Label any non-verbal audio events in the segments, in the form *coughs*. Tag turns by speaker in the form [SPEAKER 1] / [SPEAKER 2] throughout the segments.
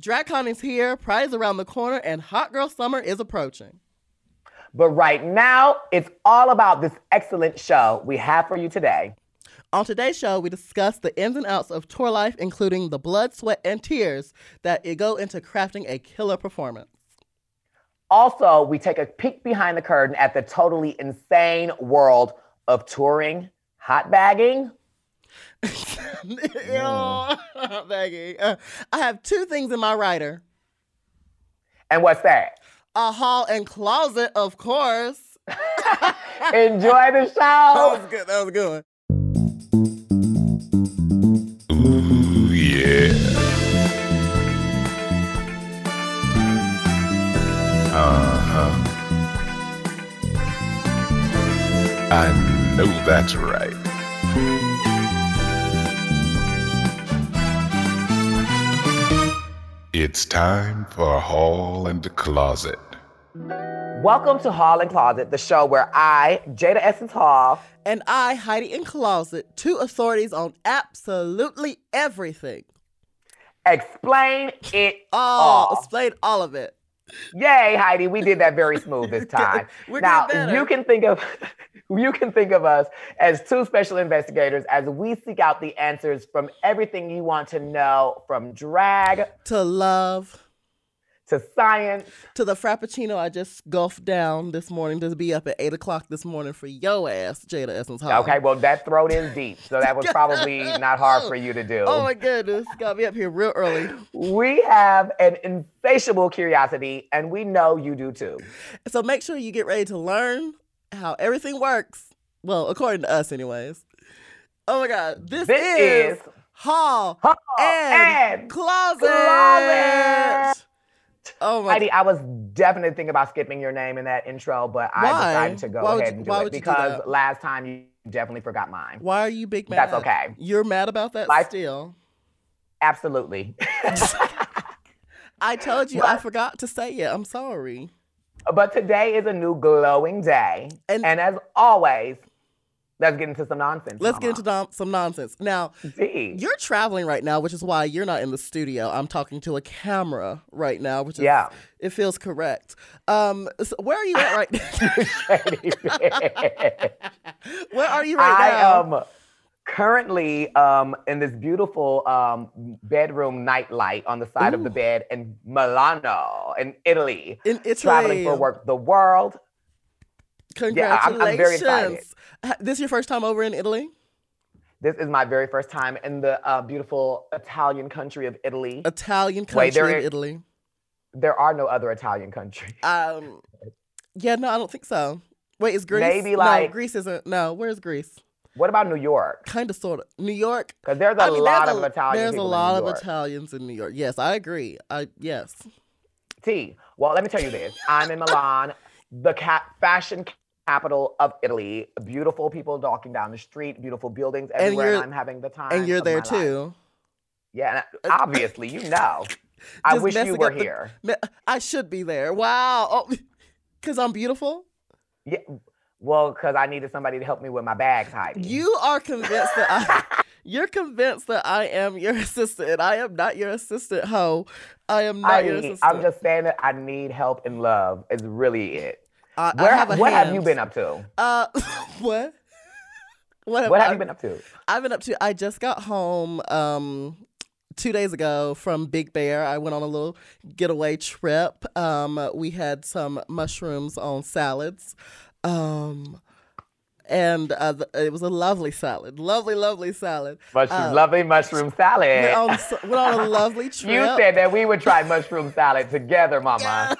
[SPEAKER 1] DragCon is here, Pride is around the corner, and Hot Girl Summer is approaching.
[SPEAKER 2] But right now, it's all about this excellent show we have for you today.
[SPEAKER 1] On today's show, we discuss the ins and outs of tour life, including the blood, sweat, and tears that go into crafting a killer performance. *laughs*
[SPEAKER 2] Also, we take a peek behind the curtain at the totally insane world of touring, hot bagging.
[SPEAKER 1] Ew, *laughs* Maggie. Uh, I have two things in my writer
[SPEAKER 2] And what's that?
[SPEAKER 1] a hall and closet, of course.
[SPEAKER 2] Enjoy the
[SPEAKER 1] That
[SPEAKER 2] show.
[SPEAKER 1] was good. That was good.
[SPEAKER 3] Ooh, yeah. Uh huh. I know that's right. It's time for a hall and a closet.
[SPEAKER 2] Welcome to Hall and Closet, the show where I, Jada Essence Hall,
[SPEAKER 1] And I, Heidi in Closet, two authorities on absolutely everything.
[SPEAKER 2] explain it
[SPEAKER 1] Oh, All
[SPEAKER 2] all.
[SPEAKER 1] explain all of it.
[SPEAKER 2] Yay, Heidi, we did that very smooth
[SPEAKER 1] *laughs*
[SPEAKER 2] this time.
[SPEAKER 1] We're
[SPEAKER 2] now
[SPEAKER 1] getting better.
[SPEAKER 2] you can think of *laughs* you can think of us as two special investigators as we seek out the answers from everything you want to know, from drag
[SPEAKER 1] To love,
[SPEAKER 2] to science.
[SPEAKER 1] to the frappuccino I just gulped down this morning to be up at eight o'clock this morning for yo ass, Jada Essence Hall.
[SPEAKER 2] Okay, well that throat is deep, so that was probably not hard for you to do.
[SPEAKER 1] Oh my goodness, got me up here real early.
[SPEAKER 2] We have an insatiable curiosity, and we know you do too.
[SPEAKER 1] So make sure you get ready to learn how everything works. Well, according to us, anyways. Oh my God, this,
[SPEAKER 2] This
[SPEAKER 1] is,
[SPEAKER 2] is
[SPEAKER 1] Hall, and,
[SPEAKER 2] and
[SPEAKER 1] closet.
[SPEAKER 2] Closet.
[SPEAKER 1] Oh my
[SPEAKER 2] Heidi, I was definitely thinking about skipping your name in that intro, but
[SPEAKER 1] Why?
[SPEAKER 2] I decided to go
[SPEAKER 1] Why would
[SPEAKER 2] ahead
[SPEAKER 1] you-
[SPEAKER 2] and
[SPEAKER 1] why
[SPEAKER 2] do it
[SPEAKER 1] would you do
[SPEAKER 2] because
[SPEAKER 1] that?
[SPEAKER 2] last time you definitely forgot mine.
[SPEAKER 1] Why are you big mad?
[SPEAKER 2] That's okay.
[SPEAKER 1] You're mad about that
[SPEAKER 2] Life-
[SPEAKER 1] still.
[SPEAKER 2] Absolutely. *laughs*
[SPEAKER 1] I told you I forgot to say it. I'm sorry.
[SPEAKER 2] but today is a new glowing day.
[SPEAKER 1] And-
[SPEAKER 2] And, as always, let's get into some nonsense.
[SPEAKER 1] Let's get into dom- some nonsense. Now,
[SPEAKER 2] D.
[SPEAKER 1] you're traveling right now, which is why you're not in the studio. I'm talking to a camera right now, which is *laughs*
[SPEAKER 2] Yeah.
[SPEAKER 1] it feels correct. Um, so where are you at right *laughs*
[SPEAKER 2] *laughs*
[SPEAKER 1] Where are you right
[SPEAKER 2] I
[SPEAKER 1] now?
[SPEAKER 2] am currently um, in this beautiful um, bedroom nightlight on the side of the
[SPEAKER 1] Ooh.
[SPEAKER 2] bed in Milano, in Italy,
[SPEAKER 1] in Italy.
[SPEAKER 2] traveling for work the world. Yeah, I'm-
[SPEAKER 1] Congratulations.
[SPEAKER 2] I'm very excited.
[SPEAKER 1] Ha- This your first time over in Italy?
[SPEAKER 2] This is my very first time in the uh, beautiful Italian country of Italy.
[SPEAKER 1] Italian country
[SPEAKER 2] Wait, there
[SPEAKER 1] of
[SPEAKER 2] is-
[SPEAKER 1] Italy.
[SPEAKER 2] There are no other Italian countries.
[SPEAKER 1] Um, yeah, no, I don't think so. Wait, is Greece?
[SPEAKER 2] Maybe,
[SPEAKER 1] No,
[SPEAKER 2] like-
[SPEAKER 1] Greece isn't. No, where's Greece?
[SPEAKER 2] What about New York?
[SPEAKER 1] Kind of, sort of. New York.
[SPEAKER 2] Because there's a
[SPEAKER 1] I mean,
[SPEAKER 2] lot
[SPEAKER 1] there's
[SPEAKER 2] of
[SPEAKER 1] a,
[SPEAKER 2] Italian
[SPEAKER 1] There's a
[SPEAKER 2] people
[SPEAKER 1] lot
[SPEAKER 2] in New
[SPEAKER 1] of
[SPEAKER 2] York.
[SPEAKER 1] Italians in New York. Yes, I agree. I yes.
[SPEAKER 2] T. Well, let me tell you this. I'm in Milan, the ca- fashion capital of Italy. Beautiful people walking down the street, beautiful buildings
[SPEAKER 1] And
[SPEAKER 2] everywhere.
[SPEAKER 1] you're-
[SPEAKER 2] I'm having the time.
[SPEAKER 1] and you're
[SPEAKER 2] of
[SPEAKER 1] there
[SPEAKER 2] my life.
[SPEAKER 1] too. Uh,
[SPEAKER 2] Yeah, and
[SPEAKER 1] *laughs*
[SPEAKER 2] I- obviously, you know. I
[SPEAKER 1] Just
[SPEAKER 2] wish you
[SPEAKER 1] messing
[SPEAKER 2] were
[SPEAKER 1] up the-
[SPEAKER 2] here.
[SPEAKER 1] Me- I should be there. Wow. Oh, *laughs* Cause I'm beautiful.
[SPEAKER 2] Yeah. Well, because I needed somebody to help me with my bags, Heidi.
[SPEAKER 1] You are convinced that I, *laughs* you're convinced that I am your assistant. and I am not your assistant, ho. I am not
[SPEAKER 2] I
[SPEAKER 1] your
[SPEAKER 2] need,
[SPEAKER 1] assistant.
[SPEAKER 2] I'm just saying that I need help and love is really it.
[SPEAKER 1] I, I
[SPEAKER 2] Where
[SPEAKER 1] have a
[SPEAKER 2] what have you
[SPEAKER 1] hand.
[SPEAKER 2] been up to?
[SPEAKER 1] Uh, *laughs* what? What have, uh,
[SPEAKER 2] What
[SPEAKER 1] I,
[SPEAKER 2] have you been up to?
[SPEAKER 1] I've been up to? I just got home um, two days ago from Big Bear. I went on a little getaway trip. Um, we had some mushrooms on salads. Um, and uh, th- it was a lovely salad. Lovely, lovely salad.
[SPEAKER 2] Mushroom,
[SPEAKER 1] Um,
[SPEAKER 2] lovely mushroom salad.
[SPEAKER 1] Went on, s- went on a lovely trip.
[SPEAKER 2] you said that we would try mushroom salad together, Mama.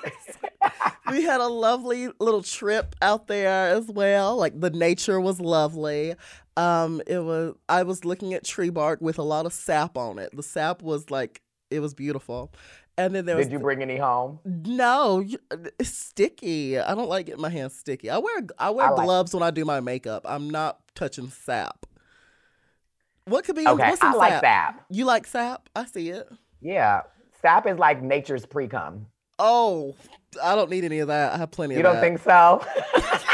[SPEAKER 1] we had a lovely little trip out there as well. Like the nature was lovely. Um, it was I was looking at tree bark with a lot of sap on it. The sap was like it was beautiful. And then there was
[SPEAKER 2] Did you bring any home?
[SPEAKER 1] no you- it's sticky. I don't like getting my hands sticky. I wear I wear
[SPEAKER 2] I like-
[SPEAKER 1] gloves when I do my makeup. I'm not touching sap. What could be?
[SPEAKER 2] Okay,
[SPEAKER 1] what's in
[SPEAKER 2] I like
[SPEAKER 1] sap?
[SPEAKER 2] sap.
[SPEAKER 1] You like sap? I see it.
[SPEAKER 2] Yeah, sap is like nature's pre cum.
[SPEAKER 1] Oh, I don't need any of that. I have plenty
[SPEAKER 2] You
[SPEAKER 1] of
[SPEAKER 2] don't
[SPEAKER 1] that.
[SPEAKER 2] think so? *laughs*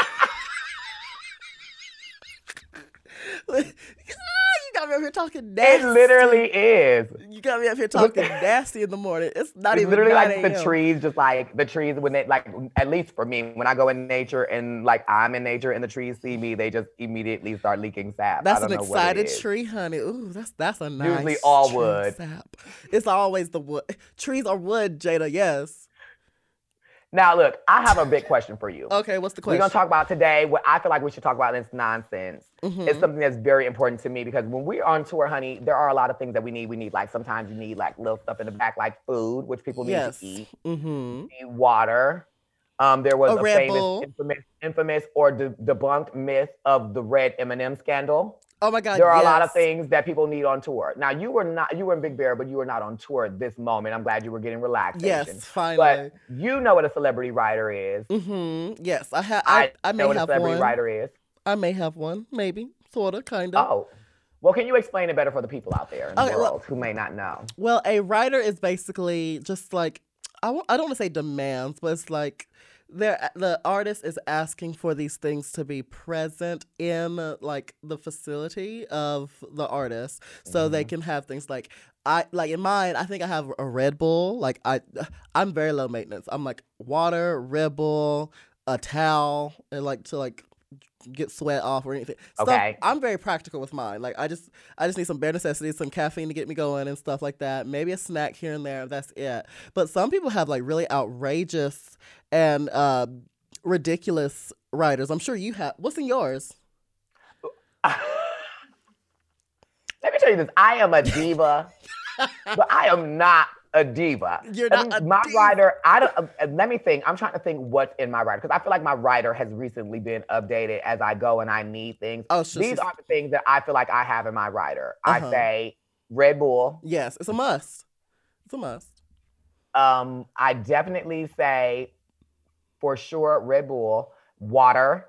[SPEAKER 1] *laughs* Ah, you got got me up here talking nasty.
[SPEAKER 2] It literally is.
[SPEAKER 1] You got me up here talking nasty in the morning. It's not
[SPEAKER 2] It's
[SPEAKER 1] even
[SPEAKER 2] literally
[SPEAKER 1] 9
[SPEAKER 2] like the
[SPEAKER 1] a.m..
[SPEAKER 2] trees, just like the trees when they like at least for me, when I go in nature and like I'm in nature and the trees see me, they just immediately start leaking sap. I
[SPEAKER 1] That's
[SPEAKER 2] don't
[SPEAKER 1] an
[SPEAKER 2] know what it
[SPEAKER 1] excited
[SPEAKER 2] is.
[SPEAKER 1] tree, honey. Ooh, that's that's a nice.
[SPEAKER 2] Usually all
[SPEAKER 1] tree
[SPEAKER 2] wood.
[SPEAKER 1] Sap. It's always the wood. Trees are wood, Jada. Yes.
[SPEAKER 2] Now look, I have a big question
[SPEAKER 1] *laughs*
[SPEAKER 2] for you.
[SPEAKER 1] Okay. What's the
[SPEAKER 2] We're
[SPEAKER 1] question?
[SPEAKER 2] gonna talk about today what I feel like we should talk about and It's nonsense.
[SPEAKER 1] Mhm.
[SPEAKER 2] It's something that's very important to me because when we're on tour, honey, there are a lot of things that we need. We need like sometimes you need like little stuff in the back, like food, which people need
[SPEAKER 1] yes.
[SPEAKER 2] to eat.
[SPEAKER 1] Mm-hmm.
[SPEAKER 2] You need water. Um, there was
[SPEAKER 1] A
[SPEAKER 2] a,
[SPEAKER 1] Red
[SPEAKER 2] famous,
[SPEAKER 1] Bull.
[SPEAKER 2] infamous, infamous or de- debunked myth of the red M&M scandal.
[SPEAKER 1] Oh my God.
[SPEAKER 2] There are a lot of
[SPEAKER 1] yes.
[SPEAKER 2] things that people need on tour. Now you were not, you were in Big Bear, but you were not on tour at this moment. I'm glad you were getting relaxed.
[SPEAKER 1] Yes. Finally.
[SPEAKER 2] but you know what a celebrity writer is.
[SPEAKER 1] mm-hmm. Yes. I have. I, I, may
[SPEAKER 2] know what a
[SPEAKER 1] have
[SPEAKER 2] celebrity
[SPEAKER 1] one.
[SPEAKER 2] writer is.
[SPEAKER 1] I may have one. Maybe. Sorta. Kinda.
[SPEAKER 2] Oh, well, can you explain it better for the people out there in
[SPEAKER 1] Okay,
[SPEAKER 2] the
[SPEAKER 1] well-
[SPEAKER 2] world who may not know?
[SPEAKER 1] Well, a writer is basically just like I w- I don't want to say demands, but it's like they're the artist is asking for these things to be present in uh, like the facility of the artist, so they can have things like I like in mine. I think I have a Red Bull. Like I, I'm very low maintenance. I'm like water, Red Bull, a towel, and like to like get sweat off or anything. Stuff-
[SPEAKER 2] Okay.
[SPEAKER 1] I'm very practical with mine. Like I just I just need some bare necessities, some caffeine to get me going and stuff like that. Maybe a snack here and there. That's it. But some people have like really outrageous and uh, ridiculous writers. I'm sure you have. What's in yours?
[SPEAKER 2] Let me tell you this: I am a diva, but I am not a diva.
[SPEAKER 1] You're
[SPEAKER 2] I
[SPEAKER 1] not a
[SPEAKER 2] my
[SPEAKER 1] diva.
[SPEAKER 2] writer. I don't. uh, uh, let me think. I'm trying to think what's in my writer because I feel like my writer has recently been updated as I go and I need things.
[SPEAKER 1] Oh, she's,
[SPEAKER 2] These are the things that I feel like I have in my writer.
[SPEAKER 1] Uh-huh.
[SPEAKER 2] I say Red Bull.
[SPEAKER 1] yes. It's a must. It's a must.
[SPEAKER 2] Um, I definitely say for sure Red Bull, water.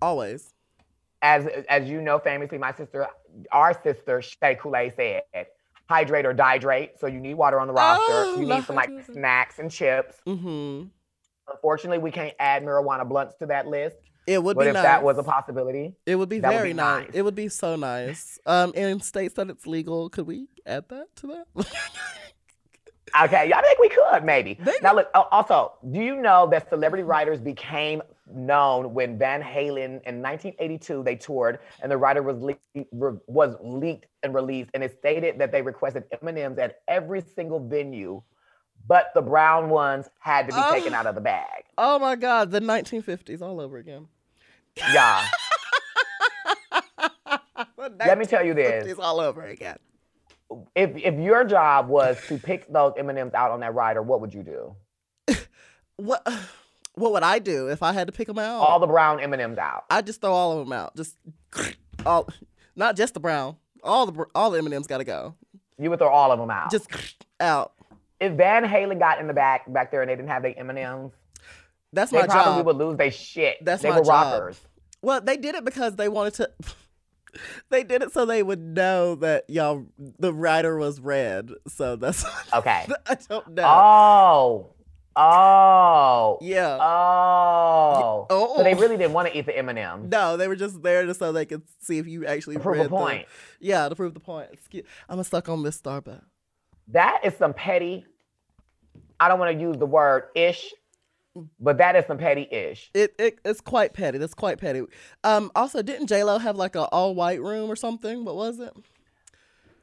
[SPEAKER 1] Always.
[SPEAKER 2] as as you know, famously, my sister, our sister Shay Kool-Aid said, hydrate or dihydrate. So you need water on the roster.
[SPEAKER 1] Oh,
[SPEAKER 2] you
[SPEAKER 1] love
[SPEAKER 2] need some like
[SPEAKER 1] hydration.
[SPEAKER 2] snacks and chips.
[SPEAKER 1] Mm-hmm.
[SPEAKER 2] Unfortunately, we can't add marijuana blunts to that list.
[SPEAKER 1] It would
[SPEAKER 2] but
[SPEAKER 1] be
[SPEAKER 2] if
[SPEAKER 1] nice.
[SPEAKER 2] that was a possibility,
[SPEAKER 1] it would be
[SPEAKER 2] that would
[SPEAKER 1] very
[SPEAKER 2] be
[SPEAKER 1] nice.
[SPEAKER 2] nice.
[SPEAKER 1] It would be so nice. Um, in states that it's legal, could we add that to that? *laughs*
[SPEAKER 2] okay, I think we could maybe.
[SPEAKER 1] Maybe.
[SPEAKER 2] Now look. al- Also, do you know that celebrity writers became known when Van Halen in 1982 they toured and the writer was le- re- was leaked and released and it stated that they requested M&Ms at every single venue, but the brown ones had to be
[SPEAKER 1] Oh.
[SPEAKER 2] taken out of the bag.
[SPEAKER 1] oh my God, the 1950s all over again. *laughs*
[SPEAKER 2] Yeah.
[SPEAKER 1] The
[SPEAKER 2] Let me tell you this:
[SPEAKER 1] 1950s all over again.
[SPEAKER 2] if if your job was to pick those M&Ms out on that rider, what would you do?
[SPEAKER 1] What *sighs* what would I do if I had to pick them out?
[SPEAKER 2] All the brown M&Ms out.
[SPEAKER 1] I just throw all of them out. Just *clears throat* all, not just the brown. All the br- all the M and M's got to go.
[SPEAKER 2] You would throw all of them out.
[SPEAKER 1] Just *clears throat* out.
[SPEAKER 2] if Van Halen got in the back back there and they didn't have their M and M's,
[SPEAKER 1] That's
[SPEAKER 2] they
[SPEAKER 1] my
[SPEAKER 2] probably
[SPEAKER 1] job.
[SPEAKER 2] would lose their shit.
[SPEAKER 1] That's
[SPEAKER 2] they
[SPEAKER 1] my
[SPEAKER 2] were
[SPEAKER 1] job.
[SPEAKER 2] rockers.
[SPEAKER 1] Well, they did it because they wanted to. *laughs* they did it so they would know that y'all the rider was red. So that's *laughs*
[SPEAKER 2] Okay.
[SPEAKER 1] I don't know.
[SPEAKER 2] Oh, oh,
[SPEAKER 1] yeah.
[SPEAKER 2] oh.
[SPEAKER 1] oh.
[SPEAKER 2] So they really didn't want to eat the M and M's.
[SPEAKER 1] no, they were just there just so they could see if you actually
[SPEAKER 2] Prove
[SPEAKER 1] read
[SPEAKER 2] a point.
[SPEAKER 1] The, yeah, to prove the point. Excuse, I'm gonna suck on this Starbucks.
[SPEAKER 2] That is some petty. I don't want to use the word ish, but that is some petty ish.
[SPEAKER 1] It, it it's quite petty. That's quite petty. Um. Also, didn't J Lo have like a all white room or something? What was it?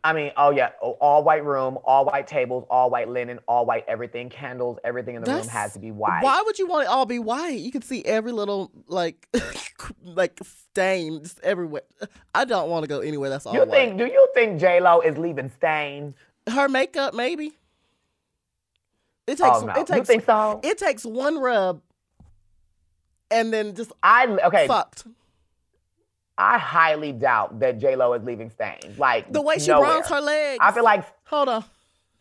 [SPEAKER 2] I mean, oh yeah, oh, all white room, all white tables, all white linen, all white everything, candles, everything in the room
[SPEAKER 1] That's-
[SPEAKER 2] has to be white.
[SPEAKER 1] Why would you want it all be white? You can see every little like *laughs* like stain just everywhere. I don't want to go anywhere. That's all.
[SPEAKER 2] You
[SPEAKER 1] white.
[SPEAKER 2] think? Do you think J Lo is leaving stains?
[SPEAKER 1] her makeup maybe? It takes.
[SPEAKER 2] oh no,
[SPEAKER 1] It
[SPEAKER 2] you
[SPEAKER 1] takes.
[SPEAKER 2] think so?
[SPEAKER 1] It takes one rub, and then just
[SPEAKER 2] I okay.
[SPEAKER 1] fucked.
[SPEAKER 2] I highly doubt that J Lo is leaving stains. Like
[SPEAKER 1] The way she
[SPEAKER 2] nowhere.
[SPEAKER 1] bronzed her legs.
[SPEAKER 2] I feel like
[SPEAKER 1] Hold on.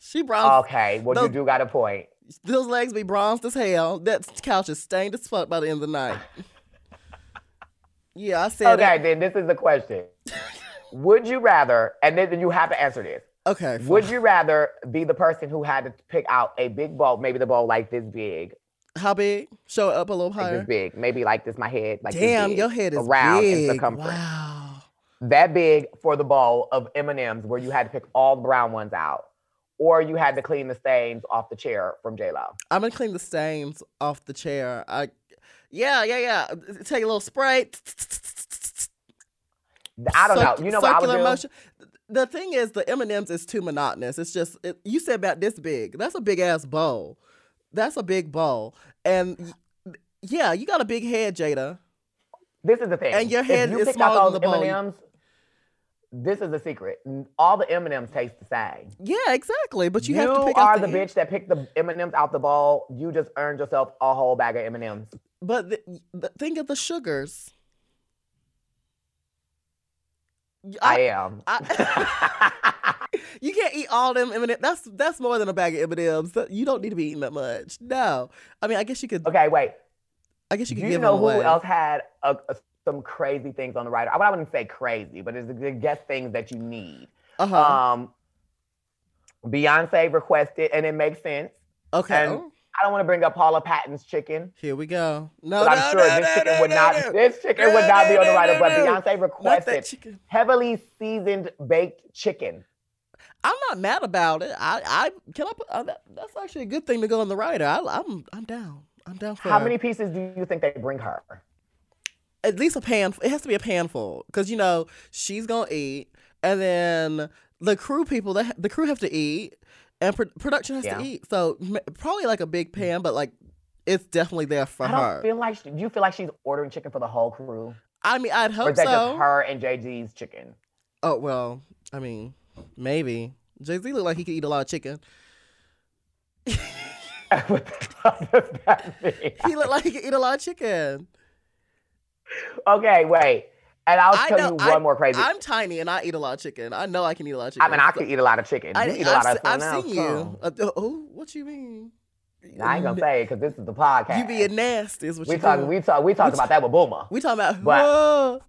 [SPEAKER 1] She bronzed.
[SPEAKER 2] okay. Well, you
[SPEAKER 1] those-
[SPEAKER 2] do got a point.
[SPEAKER 1] Those legs be bronzed as hell. That couch is stained as fuck by the end of the night. yeah, I said
[SPEAKER 2] Okay,
[SPEAKER 1] it.
[SPEAKER 2] then this is
[SPEAKER 1] *laughs*
[SPEAKER 2] the question: Would you rather? And then you have to answer this.
[SPEAKER 1] Okay.
[SPEAKER 2] Would you rather be the person who had to pick out a big bowl, maybe the bowl like this big,
[SPEAKER 1] How big? Show it up a little
[SPEAKER 2] like this
[SPEAKER 1] higher.
[SPEAKER 2] big, maybe like this my head, like this
[SPEAKER 1] Damn,
[SPEAKER 2] big,
[SPEAKER 1] your head is
[SPEAKER 2] around in
[SPEAKER 1] big.
[SPEAKER 2] circumference,
[SPEAKER 1] Wow.
[SPEAKER 2] that big for the bowl of M&Ms where you had to pick all the brown ones out or you had to clean the stains off the chair from J-Lo.
[SPEAKER 1] I'm gonna clean the stains off the chair. I, yeah, yeah, yeah. Take a little spray.
[SPEAKER 2] I don't
[SPEAKER 1] Circ-
[SPEAKER 2] know. You know what I would
[SPEAKER 1] circular
[SPEAKER 2] do?
[SPEAKER 1] motion. The thing is, the M and M's is too monotonous. It's just it, you said about this big. That's a big ass bowl. That's a big bowl, and y- yeah, you got a big head, Jada.
[SPEAKER 2] This is the thing.
[SPEAKER 1] And your head
[SPEAKER 2] if you
[SPEAKER 1] is
[SPEAKER 2] pick
[SPEAKER 1] smaller
[SPEAKER 2] out
[SPEAKER 1] than
[SPEAKER 2] those
[SPEAKER 1] the bowl.
[SPEAKER 2] M&Ms, this is the secret. All the M&Ms taste the same.
[SPEAKER 1] Yeah, exactly. But you, have to pick
[SPEAKER 2] are
[SPEAKER 1] out
[SPEAKER 2] the bitch that picked the M&Ms out the bowl. You just earned yourself a whole bag of M&Ms.
[SPEAKER 1] But the, the, think of the sugars. Y-
[SPEAKER 2] I, am. *laughs*
[SPEAKER 1] I- *laughs* you can't eat all them M&Ms. That's that's more than a bag of M&Ms. That- You don't need to be eating that much. No, I mean, I guess you could.
[SPEAKER 2] okay, wait.
[SPEAKER 1] I guess you
[SPEAKER 2] Do
[SPEAKER 1] could
[SPEAKER 2] you
[SPEAKER 1] give
[SPEAKER 2] know
[SPEAKER 1] them
[SPEAKER 2] who
[SPEAKER 1] away.
[SPEAKER 2] else had a, a- some crazy things on the rider? I wouldn't say crazy, but it's the guess things that you need.
[SPEAKER 1] Uh-huh.
[SPEAKER 2] Um, Beyonce requested, and it makes sense.
[SPEAKER 1] okay.
[SPEAKER 2] uh,
[SPEAKER 1] Oh,
[SPEAKER 2] and- I don't want to bring up Paula Patton's chicken,
[SPEAKER 1] Here we go. No,
[SPEAKER 2] but
[SPEAKER 1] no,
[SPEAKER 2] I'm sure
[SPEAKER 1] no,
[SPEAKER 2] this
[SPEAKER 1] no,
[SPEAKER 2] chicken
[SPEAKER 1] no,
[SPEAKER 2] would
[SPEAKER 1] no,
[SPEAKER 2] not.
[SPEAKER 1] no.
[SPEAKER 2] This chicken
[SPEAKER 1] No,
[SPEAKER 2] would not be
[SPEAKER 1] no,
[SPEAKER 2] on the
[SPEAKER 1] no,
[SPEAKER 2] rider.
[SPEAKER 1] no,
[SPEAKER 2] but
[SPEAKER 1] no.
[SPEAKER 2] Beyonce
[SPEAKER 1] Not that
[SPEAKER 2] requested
[SPEAKER 1] chicken.
[SPEAKER 2] heavily seasoned baked chicken.
[SPEAKER 1] I'm not mad about it. I, I can I put uh, that, that's actually a good thing to go in the rider. I, I'm I'm down. I'm down for
[SPEAKER 2] How
[SPEAKER 1] it.
[SPEAKER 2] many pieces do you think they bring her?
[SPEAKER 1] at least a pan. It has to be a panful because you know she's gonna eat, and then the crew people that the crew have to eat, and pro- production has
[SPEAKER 2] Yeah. Mm.
[SPEAKER 1] to eat. So m- probably like a big pan, but like it's definitely there for
[SPEAKER 2] I don't
[SPEAKER 1] her.
[SPEAKER 2] feel like. Do you feel like she's ordering chicken for the whole crew,
[SPEAKER 1] I mean, I'd
[SPEAKER 2] or
[SPEAKER 1] hope
[SPEAKER 2] is that
[SPEAKER 1] so.
[SPEAKER 2] just her and JG's chicken? *laughs*
[SPEAKER 1] Oh well, I mean, maybe Jay Z looked like he could eat a lot of chicken.
[SPEAKER 2] what the fuck does that mean?
[SPEAKER 1] He looked like he could eat a lot of chicken.
[SPEAKER 2] Okay, wait. And I'll
[SPEAKER 1] I
[SPEAKER 2] tell
[SPEAKER 1] know-
[SPEAKER 2] you
[SPEAKER 1] I-
[SPEAKER 2] one more crazy. i
[SPEAKER 1] I'm tiny and I eat a lot of chicken. I know I can eat a lot of chicken.
[SPEAKER 2] mean, I could eat a lot of chicken.
[SPEAKER 1] I-
[SPEAKER 2] you eat a
[SPEAKER 1] I've
[SPEAKER 2] lot
[SPEAKER 1] se-
[SPEAKER 2] of something
[SPEAKER 1] I've
[SPEAKER 2] else,
[SPEAKER 1] seen you. Uh, oh, what you mean?
[SPEAKER 2] too. I ain't gonna say it because this is the podcast.
[SPEAKER 1] You being nasty is what
[SPEAKER 2] we
[SPEAKER 1] you
[SPEAKER 2] talking.
[SPEAKER 1] doing.
[SPEAKER 2] We talk. We talked about that with Boomer.
[SPEAKER 1] We talking about
[SPEAKER 2] But-
[SPEAKER 1] whoa.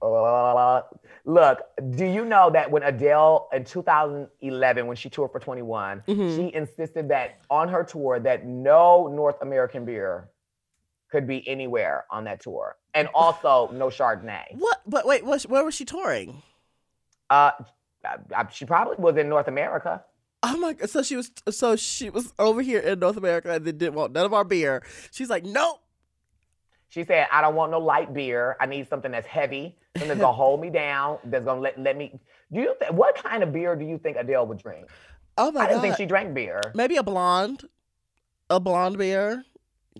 [SPEAKER 2] Uh, Look, do you know that when Adele in 2011, when she toured for 21,
[SPEAKER 1] Mhm.
[SPEAKER 2] she insisted that on her tour that no North American beer could be anywhere on that tour, and also no Chardonnay.
[SPEAKER 1] What? But wait, what, where was she touring?
[SPEAKER 2] Uh, I- I- she probably was in North America.
[SPEAKER 1] Oh my! God. So she was. So she was over here in North America and they didn't want none of our beer. She's like, nope.
[SPEAKER 2] She said, I don't want no light beer. I need something that's heavy,
[SPEAKER 1] *laughs*
[SPEAKER 2] something that's gonna hold me down, that's gonna let, let me. Do you think what kind of beer do you think Adele would drink?
[SPEAKER 1] Oh my
[SPEAKER 2] I didn't
[SPEAKER 1] god.
[SPEAKER 2] think she drank beer.
[SPEAKER 1] maybe a blonde, a blonde beer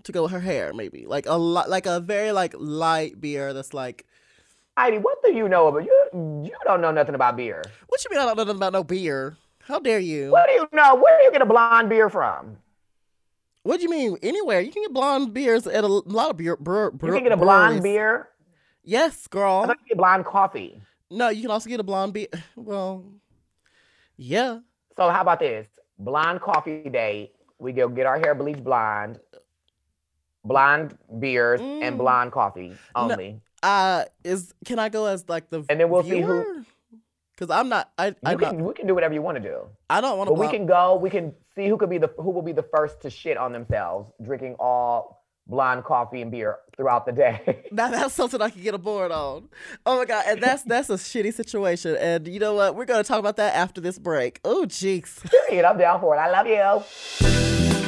[SPEAKER 1] to go with her hair. Maybe like a li- like a very like light beer that's like.
[SPEAKER 2] Heidi, what do you know about you? You don't know nothing about beer.
[SPEAKER 1] What you mean I don't know nothing about no beer? How dare you?
[SPEAKER 2] What do you know? Where do you get a blonde beer from?
[SPEAKER 1] What do you mean anywhere? You can get blonde beers at a l- lot of beer. Bre- bre-
[SPEAKER 2] You can get a blonde
[SPEAKER 1] breweries.
[SPEAKER 2] beer.
[SPEAKER 1] Yes, girl.
[SPEAKER 2] I thought you could get blonde coffee.
[SPEAKER 1] No, you can also get a blonde beer. *sighs* Well, yeah.
[SPEAKER 2] So how about this? Blonde coffee day. We go get our hair bleached blonde. Blonde beers
[SPEAKER 1] Mm.
[SPEAKER 2] and blonde coffee only.
[SPEAKER 1] Uh, is can I go as like the
[SPEAKER 2] And then we'll see who-
[SPEAKER 1] Because I'm not. I
[SPEAKER 2] You
[SPEAKER 1] I'm
[SPEAKER 2] can,
[SPEAKER 1] not,
[SPEAKER 2] we can do whatever you want to do.
[SPEAKER 1] I don't want to.
[SPEAKER 2] But we
[SPEAKER 1] *laughs*
[SPEAKER 2] can go. We can see who could be the who will be the first to shit on themselves, drinking all blonde coffee and beer throughout the day. *laughs*
[SPEAKER 1] Now that's something I can get aboard on. Oh my god, and that's that's a shitty situation. And you know what? We're gonna talk about that after this break. Oh jeez.
[SPEAKER 2] Period. I'm down for it. I love you.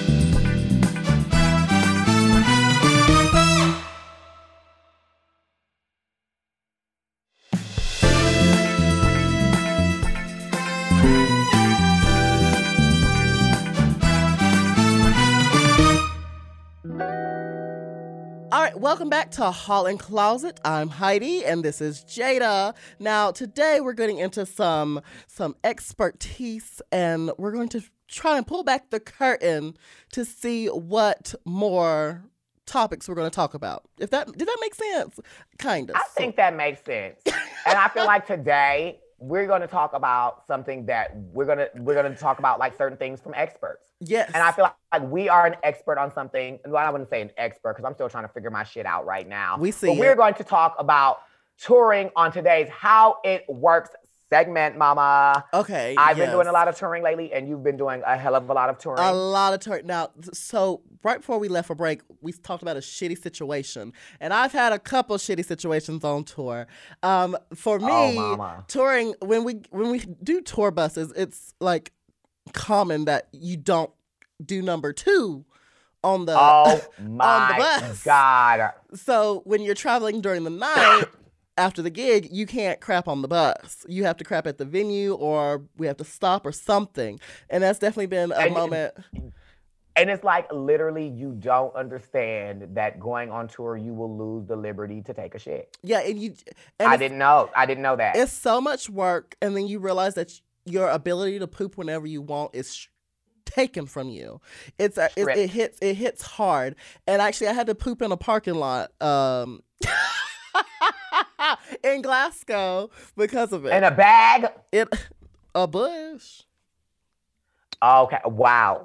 [SPEAKER 1] All right, welcome back to Hall and Closet. I'm Heidi, and this is Jada. Now, today we're getting into some some expertise, and we're going to try and pull back the curtain to see what more topics we're going to talk about. If that did that make sense? Kind of.
[SPEAKER 2] I think that makes sense. and I feel like today we're going to talk about something that we're going to we're going to talk about like certain things from experts.
[SPEAKER 1] yes.
[SPEAKER 2] And I feel like, we are an expert on something. Well, I wouldn't say an expert because I'm still trying to figure my shit out right now.
[SPEAKER 1] We see
[SPEAKER 2] But we're
[SPEAKER 1] it.
[SPEAKER 2] going to talk about touring on today's how it works segment, Mama.
[SPEAKER 1] Okay.
[SPEAKER 2] I've been doing a
[SPEAKER 1] yes.
[SPEAKER 2] lot of touring lately, and you've been doing a hell of a lot of touring.
[SPEAKER 1] A lot of turn. Now, th- so right before we left for break, we talked about a shitty situation, and I've had a couple shitty situations on tour. Um, for me,
[SPEAKER 2] Oh, mama.
[SPEAKER 1] touring when we when we do tour buses, it's like common that you don't do number two Uh, *laughs* on the.
[SPEAKER 2] oh my
[SPEAKER 1] bus.
[SPEAKER 2] God.
[SPEAKER 1] So when you're traveling during the night. *coughs* After the gig, you can't crap on the bus. You have to crap at the venue, or we have to stop, or something. And that's definitely been a
[SPEAKER 2] And you-
[SPEAKER 1] moment.
[SPEAKER 2] And it's like literally, you don't understand that going on tour, you will lose the liberty to take a shit.
[SPEAKER 1] Yeah, and you. And
[SPEAKER 2] I
[SPEAKER 1] it's-
[SPEAKER 2] didn't know. I didn't know that.
[SPEAKER 1] it's so much work and then you realize that your ability to poop whenever you want is sh- taken from you it's, a, it,
[SPEAKER 2] Stripped.
[SPEAKER 1] it hits it hits hard and actually i had to poop in a parking lot um *laughs* in glasgow because of it
[SPEAKER 2] In a bag.
[SPEAKER 1] it a bush
[SPEAKER 2] Okay. Wow.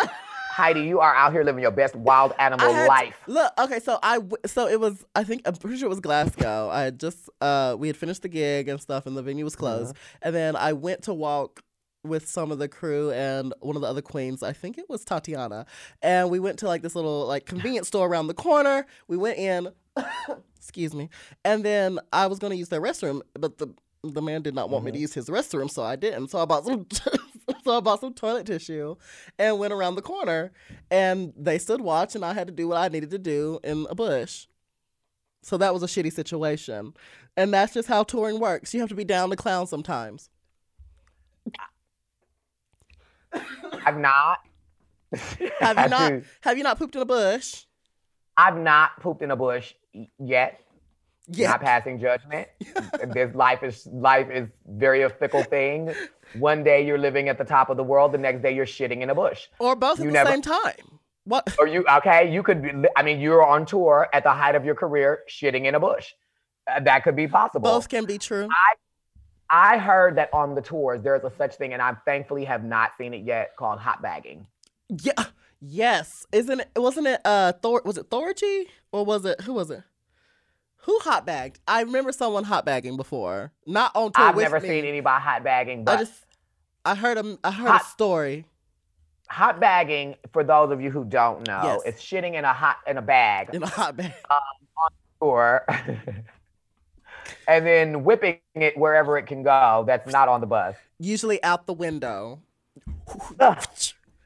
[SPEAKER 2] Heidi, you are out here living your best wild
[SPEAKER 1] *laughs*
[SPEAKER 2] animal
[SPEAKER 1] I had-
[SPEAKER 2] life.
[SPEAKER 1] Look, okay, so I w- so it was I think I'm pretty sure it was Glasgow. I had just uh we had finished the gig and stuff, and the venue was closed. And then I went to walk with some of the crew and one of the other queens. I think it was Tatiana, and we went to like this little like convenience store around the corner. We went in, *coughs* excuse me, and then I was going to use their restroom, but the the man did not want me
[SPEAKER 2] Mm-hmm.
[SPEAKER 1] to use his restroom, so I didn't. So I bought some. *laughs* So I bought some toilet tissue and went around the corner and they stood watch and I had to do what I needed to do in a bush. So that was a shitty situation. And that's just how touring works. You have to be down to clown sometimes.
[SPEAKER 2] I've not. *laughs*
[SPEAKER 1] Have you
[SPEAKER 2] I
[SPEAKER 1] not
[SPEAKER 2] do.
[SPEAKER 1] have you not pooped in a bush?
[SPEAKER 2] I've not pooped in a bush y- yet.
[SPEAKER 1] Yeah.
[SPEAKER 2] Not passing
[SPEAKER 1] *laughs*
[SPEAKER 2] judgment. this life is life is very a fickle thing. One day you're living at the top of the world, the next day you're shitting in a bush.
[SPEAKER 1] Or both at
[SPEAKER 2] You
[SPEAKER 1] the
[SPEAKER 2] never-
[SPEAKER 1] same time. What
[SPEAKER 2] Or you okay? You could be. I mean, you're on tour at the height of your career, shitting in a bush. Uh, that could be possible.
[SPEAKER 1] both can be true.
[SPEAKER 2] I heard that on the tours there's a such thing, and I thankfully have not seen it yet, called hot bagging.
[SPEAKER 1] Yeah. Yes. Isn't it wasn't it uh Thor was it Thorgy? Or was it who was it? Who hot bagged? I remember someone hot bagging before. Not on tour.
[SPEAKER 2] I've
[SPEAKER 1] with
[SPEAKER 2] never
[SPEAKER 1] me.
[SPEAKER 2] seen anybody hot bagging,
[SPEAKER 1] I
[SPEAKER 2] but
[SPEAKER 1] just I heard a I heard a
[SPEAKER 2] Hot-
[SPEAKER 1] story.
[SPEAKER 2] *laughs* hot bagging, for those of you who don't know,
[SPEAKER 1] Yes.
[SPEAKER 2] it's shitting in a hot in a bag
[SPEAKER 1] in a hot bag.
[SPEAKER 2] or *laughs* and then whipping it wherever it can go that's not on the bus.
[SPEAKER 1] Usually out the window.
[SPEAKER 2] Ugh.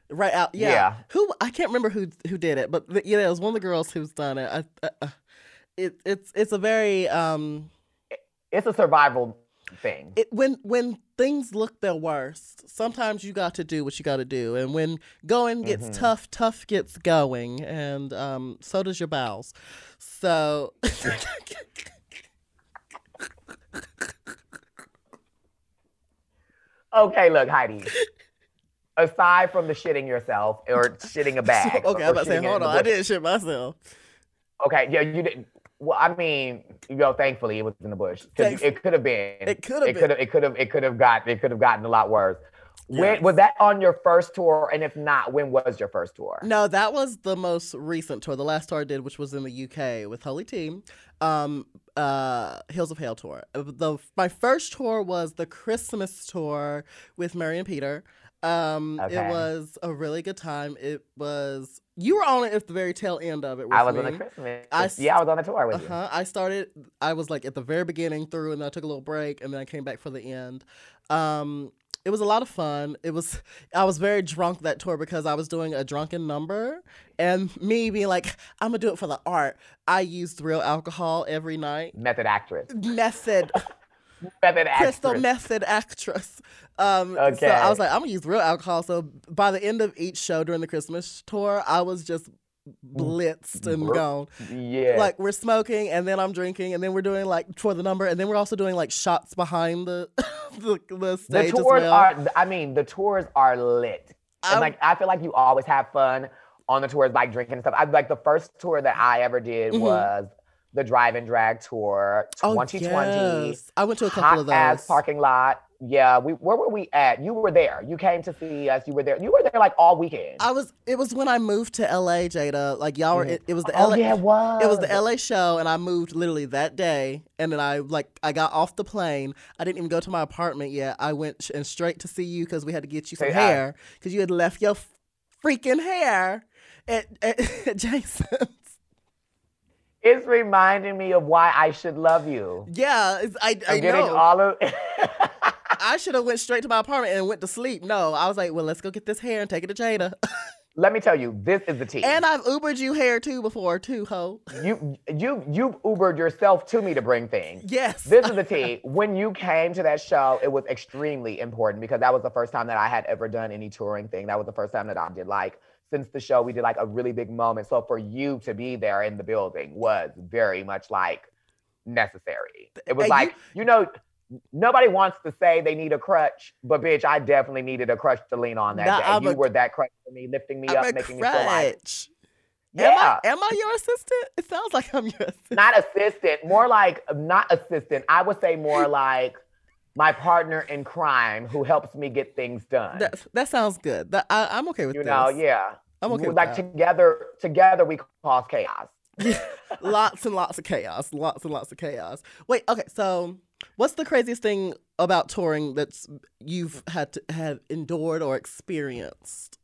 [SPEAKER 1] right out. Yeah.
[SPEAKER 2] Yeah.
[SPEAKER 1] Who I can't remember who who did it, but the, yeah, it was one of the girls who's done it. I, uh, uh, it it's it's a very um
[SPEAKER 2] It's a survival thing.
[SPEAKER 1] it when when things look their worst, sometimes you got to do what you got to do, and when going gets
[SPEAKER 2] Mhm.
[SPEAKER 1] tough, tough gets going, and um so does your bowels. So *laughs*
[SPEAKER 2] Okay, look, Heidi. Aside from the shitting yourself or shitting a
[SPEAKER 1] *laughs*
[SPEAKER 2] bag.
[SPEAKER 1] okay,
[SPEAKER 2] or
[SPEAKER 1] I'm about to say,
[SPEAKER 2] shitting it
[SPEAKER 1] hold
[SPEAKER 2] in the
[SPEAKER 1] on, I
[SPEAKER 2] bush.
[SPEAKER 1] didn't shit myself.
[SPEAKER 2] Okay, yeah, you didn't. Well, I mean, you know, thankfully it was in the bush. 'Cause
[SPEAKER 1] Thanks-
[SPEAKER 2] It could have been.
[SPEAKER 1] It could have
[SPEAKER 2] It
[SPEAKER 1] been.
[SPEAKER 2] could have. It could have. It could have got. It could have gotten a lot worse.
[SPEAKER 1] Yes.
[SPEAKER 2] When was that on your first tour? And if not, when was your first tour?
[SPEAKER 1] No, that was the most recent tour. The last tour I did, which was in the UK with Holy Team, um, uh, Hills of Hail tour. Uh, The my first tour was the Christmas tour with Mary and Peter. Um, it
[SPEAKER 2] Okay.
[SPEAKER 1] was a really good time. It was you were on it at the very tail end of it. With
[SPEAKER 2] I was
[SPEAKER 1] me.
[SPEAKER 2] on a Christmas.
[SPEAKER 1] I s-
[SPEAKER 2] yeah, I was on a tour with
[SPEAKER 1] Uh-huh. I started I was like at the very beginning through and then I took a little break and then I came back for the end. Um it was a lot of fun. It was I was very drunk that tour because I was doing a drunken number and me being like I'm going to do it for the art. I used real alcohol every night.
[SPEAKER 2] you.
[SPEAKER 1] *laughs*
[SPEAKER 2] Method actress. *laughs*
[SPEAKER 1] Method
[SPEAKER 2] Method actress.
[SPEAKER 1] crystal method actress. Um, So I
[SPEAKER 2] Okay.
[SPEAKER 1] was like, I'm gonna use real alcohol. So by the end of each show during the Christmas tour, I was just
[SPEAKER 2] Mm.
[SPEAKER 1] blitzed and
[SPEAKER 2] Bro-
[SPEAKER 1] gone
[SPEAKER 2] yeah.
[SPEAKER 1] like we're smoking and then I'm drinking and then we're doing like for the number and then we're also doing like shots behind the *laughs* the, the
[SPEAKER 2] the
[SPEAKER 1] stage
[SPEAKER 2] tours
[SPEAKER 1] as well.
[SPEAKER 2] are. I mean, the tours are lit.
[SPEAKER 1] I-
[SPEAKER 2] And like, I feel like you always have fun on the tours, like drinking and stuff. I like the first tour that I ever did
[SPEAKER 1] Mhm.
[SPEAKER 2] was the Drive and Drag Tour,
[SPEAKER 1] Oh,
[SPEAKER 2] 2020.
[SPEAKER 1] yes. I went to a couple
[SPEAKER 2] hot
[SPEAKER 1] of
[SPEAKER 2] ass
[SPEAKER 1] those.
[SPEAKER 2] parking lot. yeah, we where were we at? You were there. You came to see us. You were there. You were there like all weekend.
[SPEAKER 1] I was. It was when I moved to LA, Jada. Like y'all were. It, it was the
[SPEAKER 2] oh
[SPEAKER 1] LA.
[SPEAKER 2] yeah, it was.
[SPEAKER 1] It was the LA show, and I moved literally that day. And then I like I got off the plane. I didn't even go to my apartment yet. I went sh- and straight to see you because we had to get you some
[SPEAKER 2] Say hi.
[SPEAKER 1] hair because you had left your freaking hair at, at, at *laughs* Jason's.
[SPEAKER 2] It's reminding me of why I should love you.
[SPEAKER 1] Yeah, it's, I
[SPEAKER 2] I'm
[SPEAKER 1] *laughs* I
[SPEAKER 2] getting
[SPEAKER 1] know.
[SPEAKER 2] all of. *laughs*
[SPEAKER 1] I should have went straight to my apartment and went to sleep. No, I was like, well, let's go get this hair and take it to Jada.
[SPEAKER 2] Let me tell you, this is the tea.
[SPEAKER 1] and I've Ubered you hair too before too, ho.
[SPEAKER 2] you you you Ubered yourself to me to bring things.
[SPEAKER 1] Yes.
[SPEAKER 2] This is the tea. When you came to that show, it was extremely important because that was the first time that I had ever done any touring thing. That was the first time that I did like since the show we did like a really big moment. So for you to be there in the building was very much like necessary. It was
[SPEAKER 1] And
[SPEAKER 2] like, you know, nobody wants to say they need a crutch, but bitch, I definitely needed a crutch to lean on that
[SPEAKER 1] Nah,
[SPEAKER 2] day.
[SPEAKER 1] I'm
[SPEAKER 2] you
[SPEAKER 1] a-
[SPEAKER 2] were that crutch for me, lifting me up,
[SPEAKER 1] I'm a
[SPEAKER 2] making me feel like
[SPEAKER 1] crutch. Am I, am I your assistant? It sounds like I'm your assistant.
[SPEAKER 2] not assistant, more like not assistant. I would say more like my partner in crime who helps me get things done.
[SPEAKER 1] That, that sounds good. That, I, I'm okay with
[SPEAKER 2] you
[SPEAKER 1] this.
[SPEAKER 2] know, yeah.
[SPEAKER 1] I'm okay
[SPEAKER 2] We're
[SPEAKER 1] with
[SPEAKER 2] like
[SPEAKER 1] that.
[SPEAKER 2] together, together we cause chaos.
[SPEAKER 1] lots and lots of chaos. Lots and lots of chaos. Wait, okay. So, what's the craziest thing about touring that's you've had to have endured or experienced?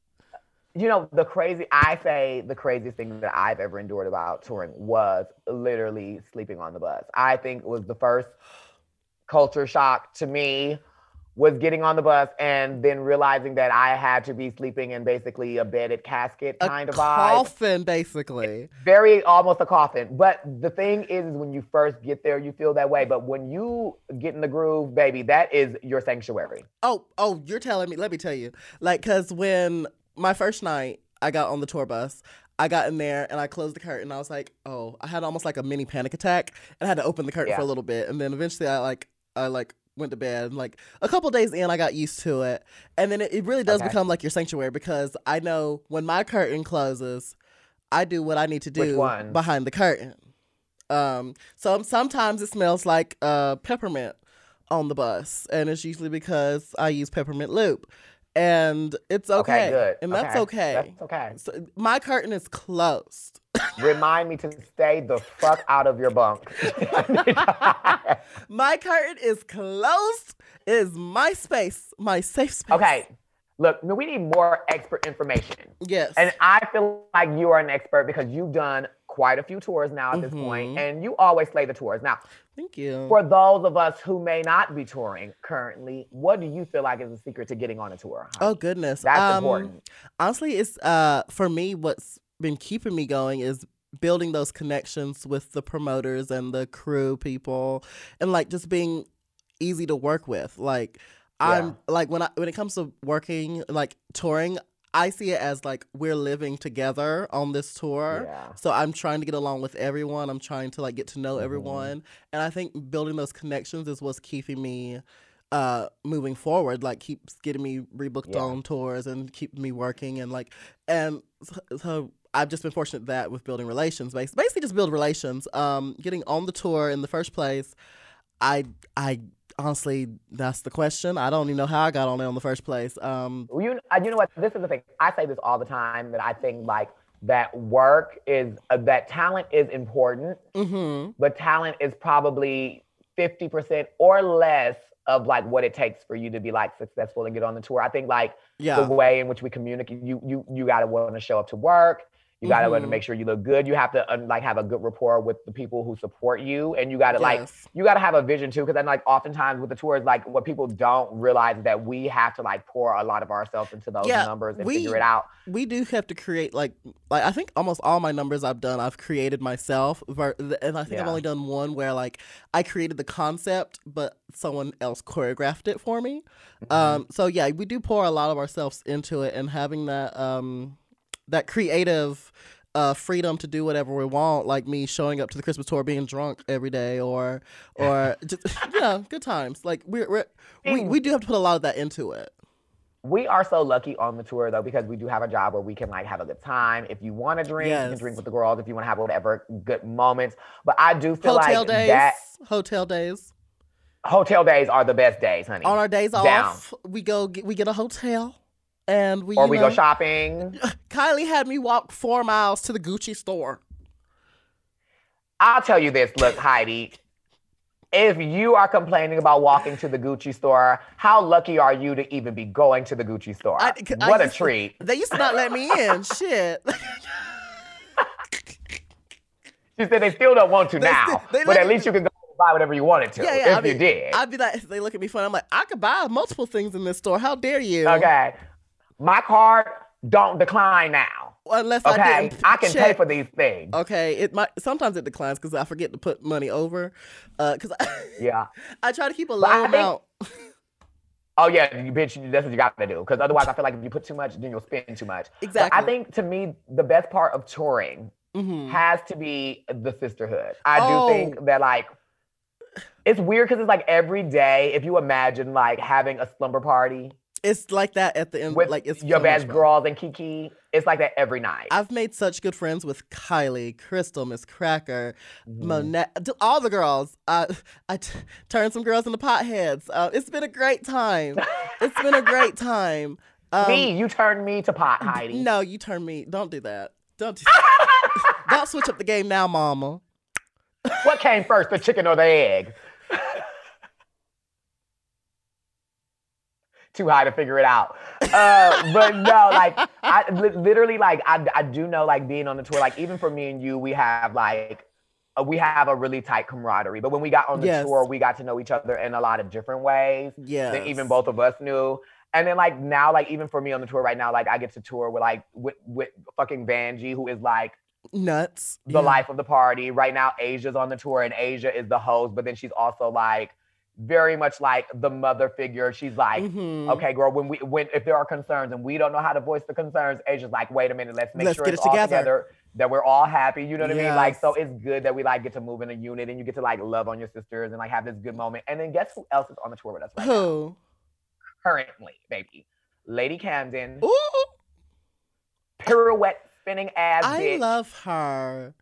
[SPEAKER 2] You know, the crazy, I say the craziest thing that I've ever endured about touring was literally sleeping on the bus. I think was the first culture shock to me was getting on the bus and then realizing that I had to be sleeping in basically a bedded casket
[SPEAKER 1] A
[SPEAKER 2] kind of vibe.
[SPEAKER 1] coffin, basically.
[SPEAKER 2] very almost a coffin. But the thing is, is when you first get there, you feel that way. But when you get in the groove, baby, that is your sanctuary.
[SPEAKER 1] Oh, oh, you're telling me. Let me tell you. Like, cause when my first night I got on the tour bus, I got in there and I closed the curtain. I was like, oh, I had almost like a mini panic attack, and I had to open the curtain for
[SPEAKER 2] Yeah.
[SPEAKER 1] a little bit, and then eventually I like, I like went to bed. And like a couple days in, I got used to it, and then it, it really does
[SPEAKER 2] Okay.
[SPEAKER 1] become like your sanctuary because I know when my curtain closes, I do what I need to
[SPEAKER 2] Which
[SPEAKER 1] do
[SPEAKER 2] one?
[SPEAKER 1] behind the curtain. Um, so sometimes it smells like uh, peppermint on the bus, and it's usually because I use peppermint lube, and it's okay,
[SPEAKER 2] good.
[SPEAKER 1] and that's okay.
[SPEAKER 2] That's okay.
[SPEAKER 1] So my curtain is closed.
[SPEAKER 2] Remind me to stay the fuck out of your bunk. *laughs*
[SPEAKER 1] My curtain is closed. It is my space, my safe space.
[SPEAKER 2] okay. Look, no, we need more expert information.
[SPEAKER 1] Yes.
[SPEAKER 2] And I feel like you are an expert because you've done quite a few tours now at this
[SPEAKER 1] Mhm.
[SPEAKER 2] point, and you always slay the tours. Now,
[SPEAKER 1] Thank you.
[SPEAKER 2] for those of us who may not be touring currently, what do you feel like is the secret to getting on a tour?
[SPEAKER 1] Oh goodness.
[SPEAKER 2] That's
[SPEAKER 1] Um,
[SPEAKER 2] important.
[SPEAKER 1] honestly it's uh for me what's been keeping me going is building those connections with the promoters and the crew people and like just being easy to work with like
[SPEAKER 2] Yeah.
[SPEAKER 1] i'm like when i when it comes to working like touring i see it as like we're living together on this tour
[SPEAKER 2] Yeah.
[SPEAKER 1] so i'm trying to get along with everyone i'm trying to like get to know
[SPEAKER 2] Mhm.
[SPEAKER 1] everyone and i think building those connections is what's keeping me uh moving forward like keeps getting me rebooked
[SPEAKER 2] Yeah.
[SPEAKER 1] on tours and keep me working and like and so, so I've just been fortunate that with building relations bas- basically just build relations um getting on the tour in the first place I I honestly that's the question I don't even know how I got on it in the first place um
[SPEAKER 2] Well, you, uh, you know what? This is the thing. I say this all the time that I think like that work is uh, that talent is important,
[SPEAKER 1] mhm
[SPEAKER 2] but talent is probably fifty percent or less of like what it takes for you to be like successful and get on the tour. I think like
[SPEAKER 1] yeah
[SPEAKER 2] the way in which we communicate, you you you gotta want to show up to work. You gotta want
[SPEAKER 1] Mhm.
[SPEAKER 2] to make sure you look good. You have to um, like have a good rapport with the people who support you, and you gotta like
[SPEAKER 1] Yes.
[SPEAKER 2] you got to have a vision too, because then like oftentimes with the tours, like what people don't realize is that we have to like pour a lot of ourselves into those
[SPEAKER 1] Yeah,
[SPEAKER 2] numbers and
[SPEAKER 1] we-
[SPEAKER 2] figure it out.
[SPEAKER 1] we do have to create like like I think almost all my numbers I've done I've created myself ver- and I think I've
[SPEAKER 2] Yeah.
[SPEAKER 1] only done one where like I created the concept but someone else choreographed it for me.
[SPEAKER 2] Mm-hmm.
[SPEAKER 1] Um so yeah, we do pour a lot of ourselves into it and having that um that creative uh, freedom to do whatever we want, like me showing up to the Christmas tour being drunk every day, or or
[SPEAKER 2] *laughs*
[SPEAKER 1] just you know, good times. Like we're, we're we we do have to put a lot of that into it.
[SPEAKER 2] we are so lucky on the tour though because we do have a job where we can like have a good time. If you want to drink, you
[SPEAKER 1] Yes.
[SPEAKER 2] can drink with the girls. If you want to have whatever good moments, but I do feel
[SPEAKER 1] Hotel
[SPEAKER 2] like
[SPEAKER 1] days,
[SPEAKER 2] that
[SPEAKER 1] hotel days.
[SPEAKER 2] Hotel days are the best days, honey.
[SPEAKER 1] On our days
[SPEAKER 2] Down.
[SPEAKER 1] off, we go get, we get a hotel and we
[SPEAKER 2] or
[SPEAKER 1] you
[SPEAKER 2] we
[SPEAKER 1] know,
[SPEAKER 2] go shopping.
[SPEAKER 1] Kylie had me walk four miles to the Gucci store.
[SPEAKER 2] I'll tell you this, look, Heidi. If you are complaining about walking to the Gucci store, how lucky are you to even be going to the Gucci store?
[SPEAKER 1] I- I
[SPEAKER 2] Uh, what a
[SPEAKER 1] used to-
[SPEAKER 2] treat.
[SPEAKER 1] They used to not let me
[SPEAKER 2] *laughs*
[SPEAKER 1] in. Shit. *laughs*
[SPEAKER 2] She said they still don't want to
[SPEAKER 1] They
[SPEAKER 2] now,
[SPEAKER 1] still- they
[SPEAKER 2] but
[SPEAKER 1] let
[SPEAKER 2] at
[SPEAKER 1] you-
[SPEAKER 2] least you can go buy whatever you wanted to
[SPEAKER 1] Yeah, yeah,
[SPEAKER 2] if
[SPEAKER 1] I mean,
[SPEAKER 2] you did.
[SPEAKER 1] I'd be like, they look at me funny. I'm like, I could buy multiple things in this store. How dare you?
[SPEAKER 2] okay, my card don't decline now.
[SPEAKER 1] Unless I
[SPEAKER 2] Okay,
[SPEAKER 1] didn't
[SPEAKER 2] I, can pay
[SPEAKER 1] check. Oh.
[SPEAKER 2] for these things.
[SPEAKER 1] Okay, it might sometimes it declines because I forget to put money over, because I,
[SPEAKER 2] Yeah.
[SPEAKER 1] *laughs* I try to keep a
[SPEAKER 2] But I
[SPEAKER 1] low
[SPEAKER 2] think-
[SPEAKER 1] amount.
[SPEAKER 2] Oh yeah, you bitch, you- that's what you got to do. Because otherwise, I feel like if you put too much, then you'll spend too much. But I
[SPEAKER 1] Exactly.
[SPEAKER 2] think to me, the best part of touring
[SPEAKER 1] Mhm.
[SPEAKER 2] has to be the sisterhood. I
[SPEAKER 1] Oh.
[SPEAKER 2] do think that like it's weird because it's like every day. If you imagine like having a slumber party
[SPEAKER 1] It's like that at the end.
[SPEAKER 2] with
[SPEAKER 1] Mm, like it's
[SPEAKER 2] your
[SPEAKER 1] so much
[SPEAKER 2] best
[SPEAKER 1] fun.
[SPEAKER 2] girls and Kiki, it's like that every night.
[SPEAKER 1] I've made such good friends with Kylie, Crystal, Miss Cracker,
[SPEAKER 2] Mhm.
[SPEAKER 1] Monet, d- all the girls. I I t- turned some girls into potheads. Uh, it's been a great time. it's been a great time. Um,
[SPEAKER 2] *laughs* me, you turned me to pot, Heidi.
[SPEAKER 1] No, you turn me. Don't do that.
[SPEAKER 2] *laughs*
[SPEAKER 1] Don't do that. Don't switch up the game now, Mama.
[SPEAKER 2] What came first, the chicken or the egg? Too high to figure it out. Uh, but no, like I li- literally, like I, I do know, like being on the tour, like even for me and you, we have like uh, we have a really tight camaraderie. But when we got on the
[SPEAKER 1] Yes.
[SPEAKER 2] tour, we got to know each other in a lot of different ways
[SPEAKER 1] Yeah.
[SPEAKER 2] than even both of us knew. And then like now, like even for me on the tour right now, like I get to tour with like with, with fucking Vanjie, who is like
[SPEAKER 1] nuts.
[SPEAKER 2] the
[SPEAKER 1] Yeah.
[SPEAKER 2] life of the party. Right now, Asia's on the tour and Asia is the host, but then she's also like very much like the mother figure. She's like,
[SPEAKER 1] Mhm.
[SPEAKER 2] okay, girl, when we when if there are concerns and we don't know how to voice the concerns, Asia's like, wait a minute, let's make
[SPEAKER 1] Let's
[SPEAKER 2] sure
[SPEAKER 1] get
[SPEAKER 2] it's
[SPEAKER 1] it
[SPEAKER 2] all
[SPEAKER 1] together."
[SPEAKER 2] together. That we're all happy, you know what I mean? Like,
[SPEAKER 1] Yes.
[SPEAKER 2] so it's good that we like get to move in a unit and you get to like love on your sisters and like have this good moment. And then guess who else is on the tour with us right now?
[SPEAKER 1] Who?
[SPEAKER 2] Currently, baby. Lady Camden,
[SPEAKER 1] Ooh,
[SPEAKER 2] pirouette spinning ass
[SPEAKER 1] I
[SPEAKER 2] bitch.
[SPEAKER 1] love her.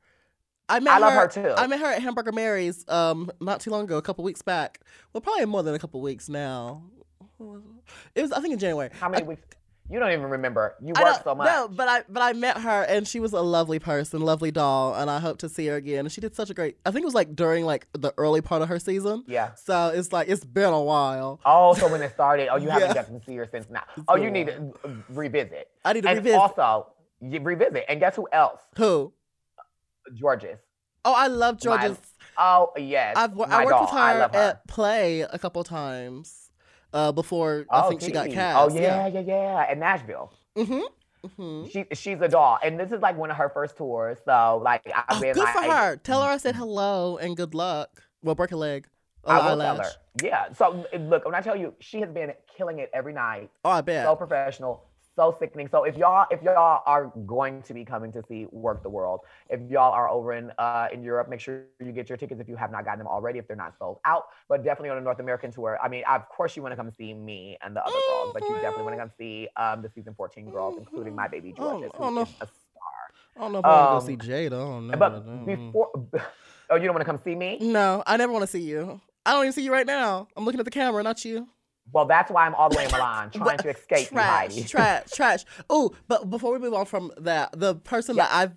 [SPEAKER 1] I met
[SPEAKER 2] I love her
[SPEAKER 1] her.
[SPEAKER 2] too.
[SPEAKER 1] I met her at Hamburger Mary's um not too long ago, a couple weeks back. Well, probably more than a couple weeks now. It was I think in January.
[SPEAKER 2] How many weeks? You don't even remember. You
[SPEAKER 1] I
[SPEAKER 2] work
[SPEAKER 1] don't-
[SPEAKER 2] so much.
[SPEAKER 1] No, but I but I met her and she was a lovely person, lovely doll, and I hope to see her again. And she did such a great. I think it was like during like the early part of her season.
[SPEAKER 2] yeah.
[SPEAKER 1] So it's like it's been a while.
[SPEAKER 2] Oh, so when it started, oh, you
[SPEAKER 1] Yeah.
[SPEAKER 2] haven't gotten to see her since now. Oh, you
[SPEAKER 1] been a
[SPEAKER 2] need to uh, revisit.
[SPEAKER 1] I need to
[SPEAKER 2] And
[SPEAKER 1] revisit
[SPEAKER 2] also, you revisit. And guess who else?
[SPEAKER 1] who.
[SPEAKER 2] Georges.
[SPEAKER 1] Oh, I love George's.
[SPEAKER 2] Oh, yes.
[SPEAKER 1] I've wor-
[SPEAKER 2] my
[SPEAKER 1] I worked with
[SPEAKER 2] doll.
[SPEAKER 1] her,
[SPEAKER 2] I love her.
[SPEAKER 1] at Play a couple times uh, before I
[SPEAKER 2] Oh,
[SPEAKER 1] think she got
[SPEAKER 2] gee.
[SPEAKER 1] cast.
[SPEAKER 2] Oh, yeah, yeah, yeah. At Nashville.
[SPEAKER 1] Mm-hmm. Mm-hmm.
[SPEAKER 2] She, she's a doll. And this is like one of her first tours. So, like, I've
[SPEAKER 1] Oh,
[SPEAKER 2] been
[SPEAKER 1] good
[SPEAKER 2] like,
[SPEAKER 1] for her. Tell her I said hello and good luck. Well, break a leg. Oh,
[SPEAKER 2] Mm-hmm. I will
[SPEAKER 1] eyelash.
[SPEAKER 2] tell her. Yeah. So, uh, look, when I tell you, she has been killing it every night.
[SPEAKER 1] Oh, I bet.
[SPEAKER 2] so professional so sickening so if y'all if y'all are going to be coming to see work the world if y'all are over in uh in europe make sure you get your tickets if you have not gotten them already if they're not sold out but definitely on a north american tour i mean of course you want to come see me and the other girls but
[SPEAKER 1] Oh,
[SPEAKER 2] you definitely want to come see um the season 14 girls including my baby
[SPEAKER 1] Oh,
[SPEAKER 2] georges
[SPEAKER 1] oh,
[SPEAKER 2] who
[SPEAKER 1] no.
[SPEAKER 2] is a star
[SPEAKER 1] I don't know if I want to
[SPEAKER 2] um,
[SPEAKER 1] go see Jada. I don't know. I
[SPEAKER 2] but
[SPEAKER 1] don't know.
[SPEAKER 2] before *laughs* oh you don't want to come see me
[SPEAKER 1] no, I never want to see you. I don't even see you right now. I'm looking at the camera, not you.
[SPEAKER 2] well that's why i'm all the way in milan trying to escape you,
[SPEAKER 1] trash,
[SPEAKER 2] Heidi. *laughs*
[SPEAKER 1] trash, trash. Oh, but before we move on from that, the person that I've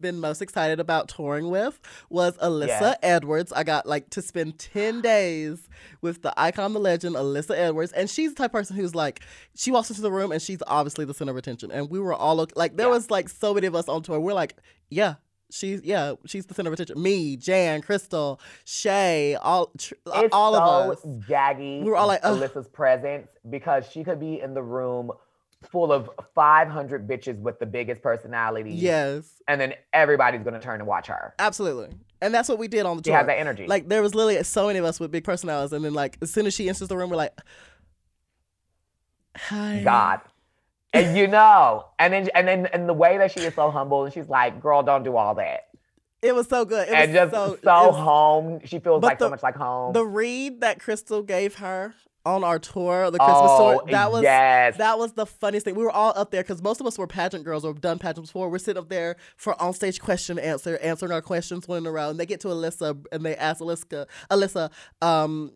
[SPEAKER 1] been most excited about touring with was Alyssa
[SPEAKER 2] Yes.
[SPEAKER 1] Edwards. I got like to spend 10
[SPEAKER 2] *gasps*
[SPEAKER 1] days with the icon, the legend, Alyssa Edwards. And she's the type of person who's like, she walks into the room and she's obviously the center of attention. And we were all okay. like, there
[SPEAKER 2] Yeah.
[SPEAKER 1] was like so many of us on tour. We're like, yeah. She's yeah, she's the center of attention. Me, Jan, Crystal, Shay, all tr-
[SPEAKER 2] it's
[SPEAKER 1] all
[SPEAKER 2] so
[SPEAKER 1] of us.
[SPEAKER 2] jaggy.
[SPEAKER 1] We were all like, "Ugh."
[SPEAKER 2] Alyssa's presence because she could be in the room full of 500 bitches with the biggest personality.
[SPEAKER 1] Yes,
[SPEAKER 2] And then everybody's going to turn and watch her.
[SPEAKER 1] absolutely. And that's what we did on the
[SPEAKER 2] She
[SPEAKER 1] tour.
[SPEAKER 2] has that energy.
[SPEAKER 1] Like there was literally so many of us with big personalities, and then like as soon as she enters the room, we're like, "Hi,
[SPEAKER 2] God. And you know, and then and then and the way that she is so humble, and she's like, "Girl, don't do all that,"
[SPEAKER 1] It was so good. It
[SPEAKER 2] and
[SPEAKER 1] was
[SPEAKER 2] just
[SPEAKER 1] so,
[SPEAKER 2] so,
[SPEAKER 1] it's-
[SPEAKER 2] home. She feels
[SPEAKER 1] But
[SPEAKER 2] like
[SPEAKER 1] the-
[SPEAKER 2] so much like home.
[SPEAKER 1] The read that Crystal gave her on our tour, the Christmas tour, that was
[SPEAKER 2] Oh, yes.
[SPEAKER 1] that was the funniest thing. We were all up there because most of us were pageant girls or done pageants before. We're sitting up there for on stage question answer, answering our questions one in a row. And they get to Alyssa and they ask Alyssa, Alyssa, um,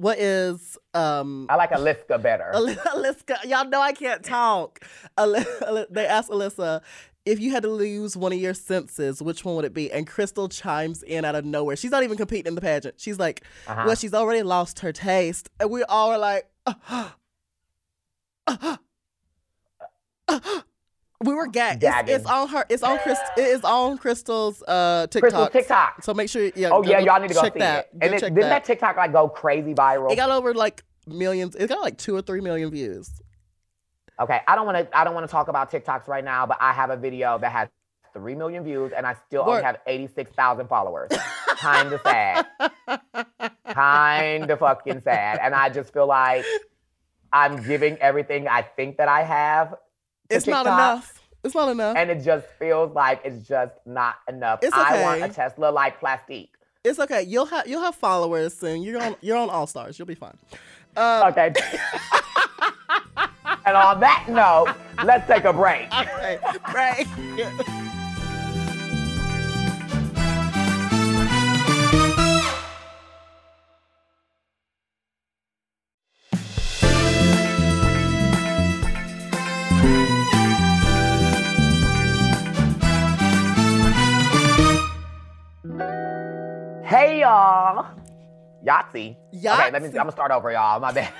[SPEAKER 1] What is um
[SPEAKER 2] I like Aliska better.
[SPEAKER 1] *laughs* Al- Aliska? Y'all know I can't talk. Ali- Ali- they asked Alyssa if you had to lose one of your senses, which one would it be? And Crystal chimes in out of nowhere. She's not even competing in the pageant. She's like,
[SPEAKER 2] Uh-huh.
[SPEAKER 1] well, she's already lost her taste. And we all were like, "Uh-huh. Uh-huh. Uh-huh." we were gagged. It's,
[SPEAKER 2] Gagging.
[SPEAKER 1] it's on her. It's on Chris. It is on Crystal's uh,
[SPEAKER 2] Crystal
[SPEAKER 1] TikTok.
[SPEAKER 2] TikTok.
[SPEAKER 1] So make sure. Yeah.
[SPEAKER 2] Oh
[SPEAKER 1] go-
[SPEAKER 2] yeah, y'all need to go
[SPEAKER 1] check
[SPEAKER 2] see
[SPEAKER 1] that.
[SPEAKER 2] it. And
[SPEAKER 1] Go
[SPEAKER 2] it,
[SPEAKER 1] check
[SPEAKER 2] didn't
[SPEAKER 1] that.
[SPEAKER 2] that TikTok like go crazy viral?
[SPEAKER 1] It got over like millions. It got like two or three million views.
[SPEAKER 2] okay, I don't want to. I don't want to talk about TikToks right now, but I have a video that has three million views, and I still only
[SPEAKER 1] Work.
[SPEAKER 2] have eighty six
[SPEAKER 1] *laughs*
[SPEAKER 2] thousand followers. kind of sad. Kind of fucking sad. And I just feel like I'm giving everything I think that I have,
[SPEAKER 1] It's not
[SPEAKER 2] TikTok.
[SPEAKER 1] enough. It's not enough.
[SPEAKER 2] and it just feels like it's just not enough.
[SPEAKER 1] It's
[SPEAKER 2] I want a
[SPEAKER 1] okay.
[SPEAKER 2] Tesla like plastique.
[SPEAKER 1] it's okay. You'll have you'll have followers soon. You're on you're on All Stars. You'll be fine. Um, *laughs*
[SPEAKER 2] Okay. and on that note, let's take a break.
[SPEAKER 1] okay. *laughs* Right.
[SPEAKER 2] Hey y'all. Yahtzee. Okay, let me I'm
[SPEAKER 1] Yahtzee.
[SPEAKER 2] gonna start over, y'all. My bad.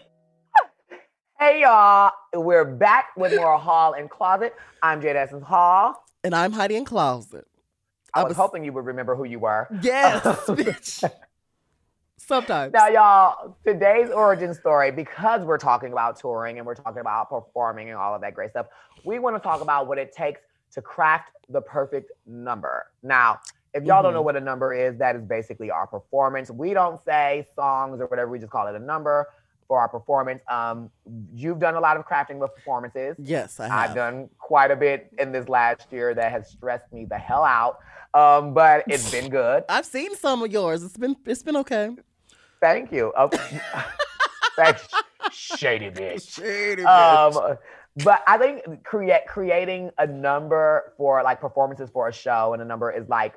[SPEAKER 2] *laughs* hey y'all. We're back with more Hall and Closet. I'm Jade Essence Hall.
[SPEAKER 1] And I'm Heidi in
[SPEAKER 2] *laughs*
[SPEAKER 1] closet.
[SPEAKER 2] I
[SPEAKER 1] I
[SPEAKER 2] was
[SPEAKER 1] was-
[SPEAKER 2] hoping you would remember who you were.
[SPEAKER 1] Yes, bitch. Sometimes.
[SPEAKER 2] Now, y'all, today's origin story, because we're talking about touring and we're talking about performing and all of that great stuff, we want to talk about what it takes to craft the perfect number. Now, if y'all
[SPEAKER 1] Mm-hmm.
[SPEAKER 2] don't know what a number is, that is basically our performance. We don't say songs or whatever, we just call it a number for our performance. Um, you've done a lot of crafting with performances.
[SPEAKER 1] Yes, I have.
[SPEAKER 2] I've done quite a bit in this last year that has stressed me the hell out, um, but it's been good.
[SPEAKER 1] I've seen some of yours. It's been it's been okay.
[SPEAKER 2] Thank you. Oh, thanks, shady bitch.
[SPEAKER 1] Shady
[SPEAKER 2] Um, but I think create creating a number for like performances for a show and a number is like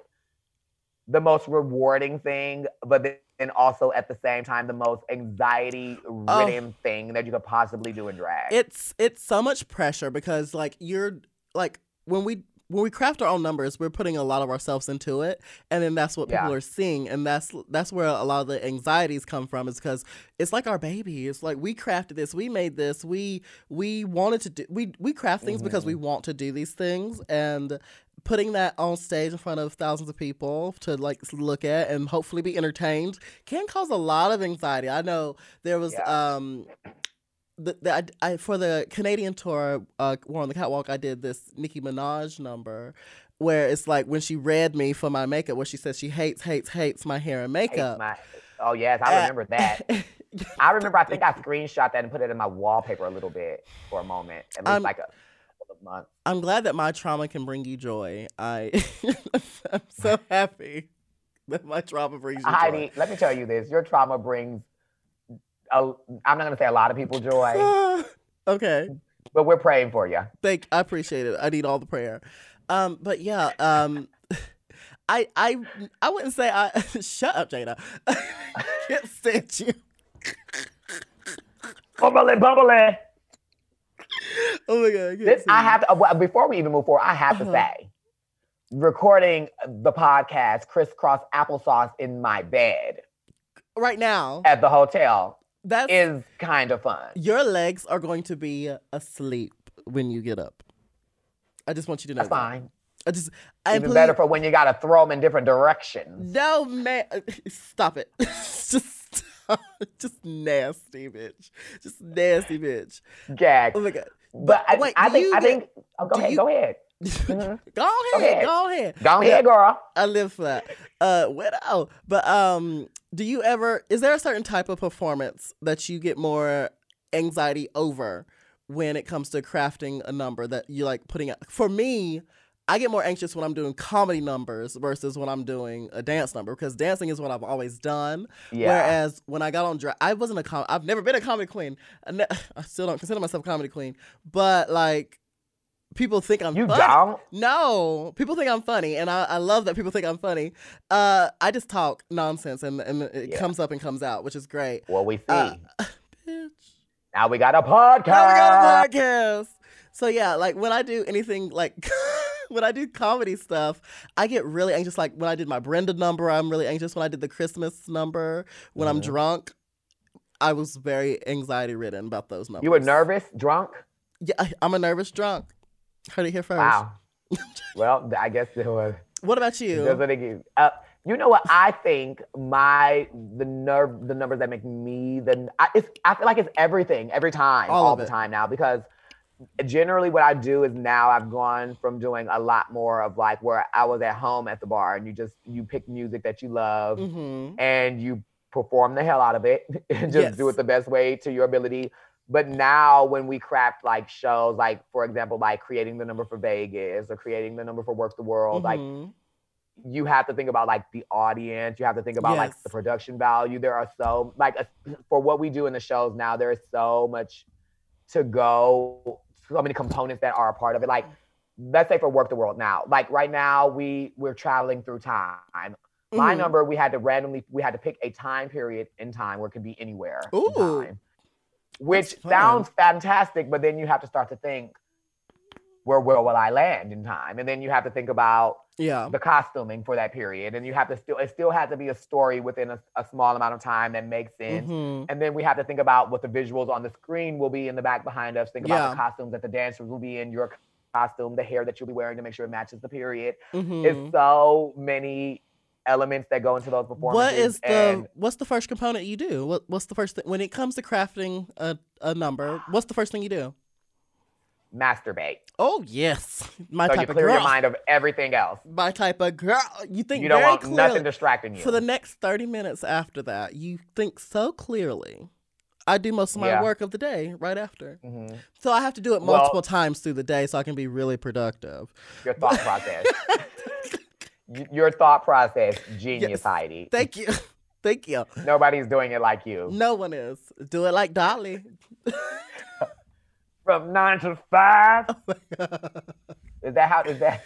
[SPEAKER 2] the most rewarding thing, but then and also at the same time the most anxiety ridden thing that you could possibly do in drag.
[SPEAKER 1] it's it's so much pressure because like you're like when we when we craft our own numbers we're putting a lot of ourselves into it and then that's what people
[SPEAKER 2] Yeah.
[SPEAKER 1] are seeing and that's that's where a lot of the anxieties come from is because it's like our baby it's like we crafted this we made this we we wanted to do we we craft things because we want to do these things and putting that on stage in front of thousands of people to like look at and hopefully be entertained can cause a lot of anxiety i know there was
[SPEAKER 2] Yeah.
[SPEAKER 1] um the, the I, I for the Canadian tour, uh, War on the Catwalk, I did this Nicki Minaj number, where it's like when she read me for my makeup, where she says she hates, hates, hates my hair and
[SPEAKER 2] Hates
[SPEAKER 1] makeup.
[SPEAKER 2] my- oh yes, I
[SPEAKER 1] Uh,
[SPEAKER 2] remember that. I remember. I think I screenshot that and put it in my wallpaper a little bit for a moment, at least
[SPEAKER 1] Um,
[SPEAKER 2] like a couple of months.
[SPEAKER 1] I'm glad that my trauma can bring you joy. I *laughs* I'm
[SPEAKER 2] *laughs*
[SPEAKER 1] so happy that my trauma brings you joy.
[SPEAKER 2] Heidi, let me tell you this: your trauma brings. A, I'm not gonna say a lot of people
[SPEAKER 1] *laughs*
[SPEAKER 2] joy,
[SPEAKER 1] Ah, *sighs* okay.
[SPEAKER 2] but we're praying for you.
[SPEAKER 1] Thank I appreciate it. I need all the prayer. Um, but yeah, um *laughs* I I I wouldn't say I *laughs* shut up, Jada. *laughs* can't stand you.
[SPEAKER 2] Bumbling, bumbling.
[SPEAKER 1] Oh my god, I, can't
[SPEAKER 2] This I
[SPEAKER 1] stand you.
[SPEAKER 2] have to, uh, well, before we even move forward, I have to
[SPEAKER 1] Uh-huh.
[SPEAKER 2] say, recording the podcast crisscross applesauce in my bed
[SPEAKER 1] right now.
[SPEAKER 2] at the hotel
[SPEAKER 1] That's
[SPEAKER 2] is kind of fun.
[SPEAKER 1] your legs are going to be asleep when you get up. I just want you to know.
[SPEAKER 2] That's
[SPEAKER 1] that.
[SPEAKER 2] fine.
[SPEAKER 1] I just and
[SPEAKER 2] Even
[SPEAKER 1] please,
[SPEAKER 2] better for when you gotta throw them in different directions.
[SPEAKER 1] No man, stop it. *laughs* just stop. just nasty bitch. Just nasty bitch.
[SPEAKER 2] Gag.
[SPEAKER 1] Oh my god. *laughs*
[SPEAKER 2] But I,
[SPEAKER 1] wait,
[SPEAKER 2] I
[SPEAKER 1] do
[SPEAKER 2] think
[SPEAKER 1] you
[SPEAKER 2] I
[SPEAKER 1] get-
[SPEAKER 2] think. Oh, go
[SPEAKER 1] do
[SPEAKER 2] ahead.
[SPEAKER 1] you-
[SPEAKER 2] Go ahead.
[SPEAKER 1] Go
[SPEAKER 2] ahead.
[SPEAKER 1] ahead. Go ahead.
[SPEAKER 2] Go
[SPEAKER 1] Yeah.
[SPEAKER 2] ahead, girl.
[SPEAKER 1] I live for that. Uh, widow. But um, do you ever? Is there a certain type of performance that you get more anxiety over when it comes to crafting a number that you like putting out? For me, I get more anxious when I'm doing comedy numbers versus when I'm doing a dance number because dancing is what I've always done.
[SPEAKER 2] Yeah.
[SPEAKER 1] Whereas when I got on drag, I wasn't a com. *laughs* I've never been a comedy queen. I, ne- I still don't consider myself a comedy queen. um, But like, people think I'm
[SPEAKER 2] You
[SPEAKER 1] funny.
[SPEAKER 2] don't?
[SPEAKER 1] No, people think I'm funny, and I, I love that people think I'm funny. Uh, I just talk nonsense, and, and it
[SPEAKER 2] Yeah.
[SPEAKER 1] comes up and comes out, which is great.
[SPEAKER 2] Well, we see.
[SPEAKER 1] Uh, Bitch.
[SPEAKER 2] now we got a podcast.
[SPEAKER 1] Now we got a podcast. So yeah, like when I do anything like *laughs* when I do comedy stuff, I get really anxious. Like when I did my Brenda number, I'm really anxious. When I did the Christmas number, when I'm
[SPEAKER 2] Mhm.
[SPEAKER 1] drunk, I was very anxiety ridden about those numbers.
[SPEAKER 2] You were nervous, drunk?
[SPEAKER 1] Yeah, I, I'm a nervous drunk. Heard it here first.
[SPEAKER 2] Wow. well, I guess it was.
[SPEAKER 1] What about you?
[SPEAKER 2] That's what it is. Uh, you know what? I think my the nerve, the numbers that make me the I, it's, I feel like it's everything every time,
[SPEAKER 1] All
[SPEAKER 2] all,
[SPEAKER 1] of
[SPEAKER 2] the
[SPEAKER 1] it.
[SPEAKER 2] time now because generally what I do is now I've gone from doing a lot more of like where I was at home at the bar and you just you pick music that you love
[SPEAKER 1] Mm-hmm.
[SPEAKER 2] and you perform the hell out of it *laughs* and just
[SPEAKER 1] Yes.
[SPEAKER 2] do it the best way to your ability. But now when we craft like shows, like for example, like creating the number for Vegas or creating the number for Work the World, like
[SPEAKER 1] Mhm.
[SPEAKER 2] you have to think about like the audience. You have to think about
[SPEAKER 1] Yes.
[SPEAKER 2] like the production value. There are so like a, *clears throat* for what we do in the shows now, there is so much to go. So many components that are a part of it. Like let's say for work the world now. Like right now we we're traveling through time. My
[SPEAKER 1] Mhm.
[SPEAKER 2] number we had to randomly we had to pick a time period in time where it could be anywhere. in
[SPEAKER 1] Ooh.
[SPEAKER 2] time. Which
[SPEAKER 1] fun.
[SPEAKER 2] sounds fantastic, but then you have to start to think where where will I land in time? And then you have to think about
[SPEAKER 1] Yeah.
[SPEAKER 2] the costuming for that period and you have to still it still has to be a story within a, a small amount of time that makes sense
[SPEAKER 1] Mhm.
[SPEAKER 2] and then we have to think about what the visuals on the screen will be in the back behind us think about the costumes that the dancers will be in your costume the hair that you'll be wearing to make sure it matches the period
[SPEAKER 1] Mhm.
[SPEAKER 2] it's so many elements that go into those performances
[SPEAKER 1] What is
[SPEAKER 2] and
[SPEAKER 1] the what's the first component you do? What what's the first thing when it comes to crafting a, a number? What's the first thing you do?
[SPEAKER 2] masturbate
[SPEAKER 1] Oh yes, *laughs* my
[SPEAKER 2] so you
[SPEAKER 1] type of
[SPEAKER 2] clear
[SPEAKER 1] girl.
[SPEAKER 2] your mind of everything else
[SPEAKER 1] My type of girl. You think
[SPEAKER 2] you don't
[SPEAKER 1] very
[SPEAKER 2] want
[SPEAKER 1] clearly
[SPEAKER 2] nothing distracting you
[SPEAKER 1] for the next thirty minutes after that. You think so clearly. I do most of my
[SPEAKER 2] Yeah.
[SPEAKER 1] work of the day right after,
[SPEAKER 2] Mhm.
[SPEAKER 1] so I have to do it
[SPEAKER 2] Well-
[SPEAKER 1] multiple times through the day so I can be really productive.
[SPEAKER 2] your
[SPEAKER 1] *laughs*
[SPEAKER 2] thought process Y- your thought process genius heidi
[SPEAKER 1] Thank you, *laughs* thank you.
[SPEAKER 2] Nobody's doing it like you.
[SPEAKER 1] No one is do it like Dolly.
[SPEAKER 2] From nine to five.
[SPEAKER 1] Oh
[SPEAKER 2] is that how? Is that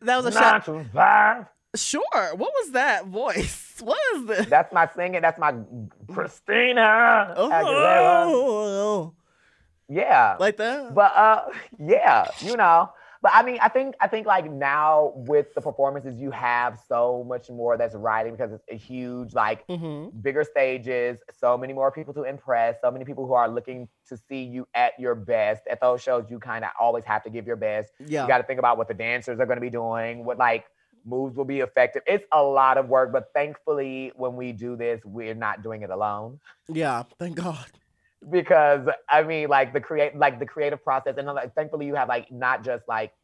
[SPEAKER 1] That was a
[SPEAKER 2] nine
[SPEAKER 1] shot.
[SPEAKER 2] to five?
[SPEAKER 1] Sure. What was that voice? *laughs* What is this?
[SPEAKER 2] That's my singing. That's my Christina Aguilera.
[SPEAKER 1] Oh,
[SPEAKER 2] Yeah,
[SPEAKER 1] *laughs* like that.
[SPEAKER 2] but uh, yeah, you know. But I mean, I think I think like now with the performances, you have so much more that's riding because it's a huge like
[SPEAKER 1] hmm
[SPEAKER 2] bigger stages, so many more people to impress, so many people who are looking to see you at your best. At those shows, you kind of always have to give your best.
[SPEAKER 1] Yeah.
[SPEAKER 2] You got to think about what the dancers are going to be doing, what like moves will be effective. It's a lot of work, but thankfully, when we do this, we're not doing it alone
[SPEAKER 1] yeah. Thank God.
[SPEAKER 2] because I mean, like the create, like the creative process, and like thankfully, you have like not just like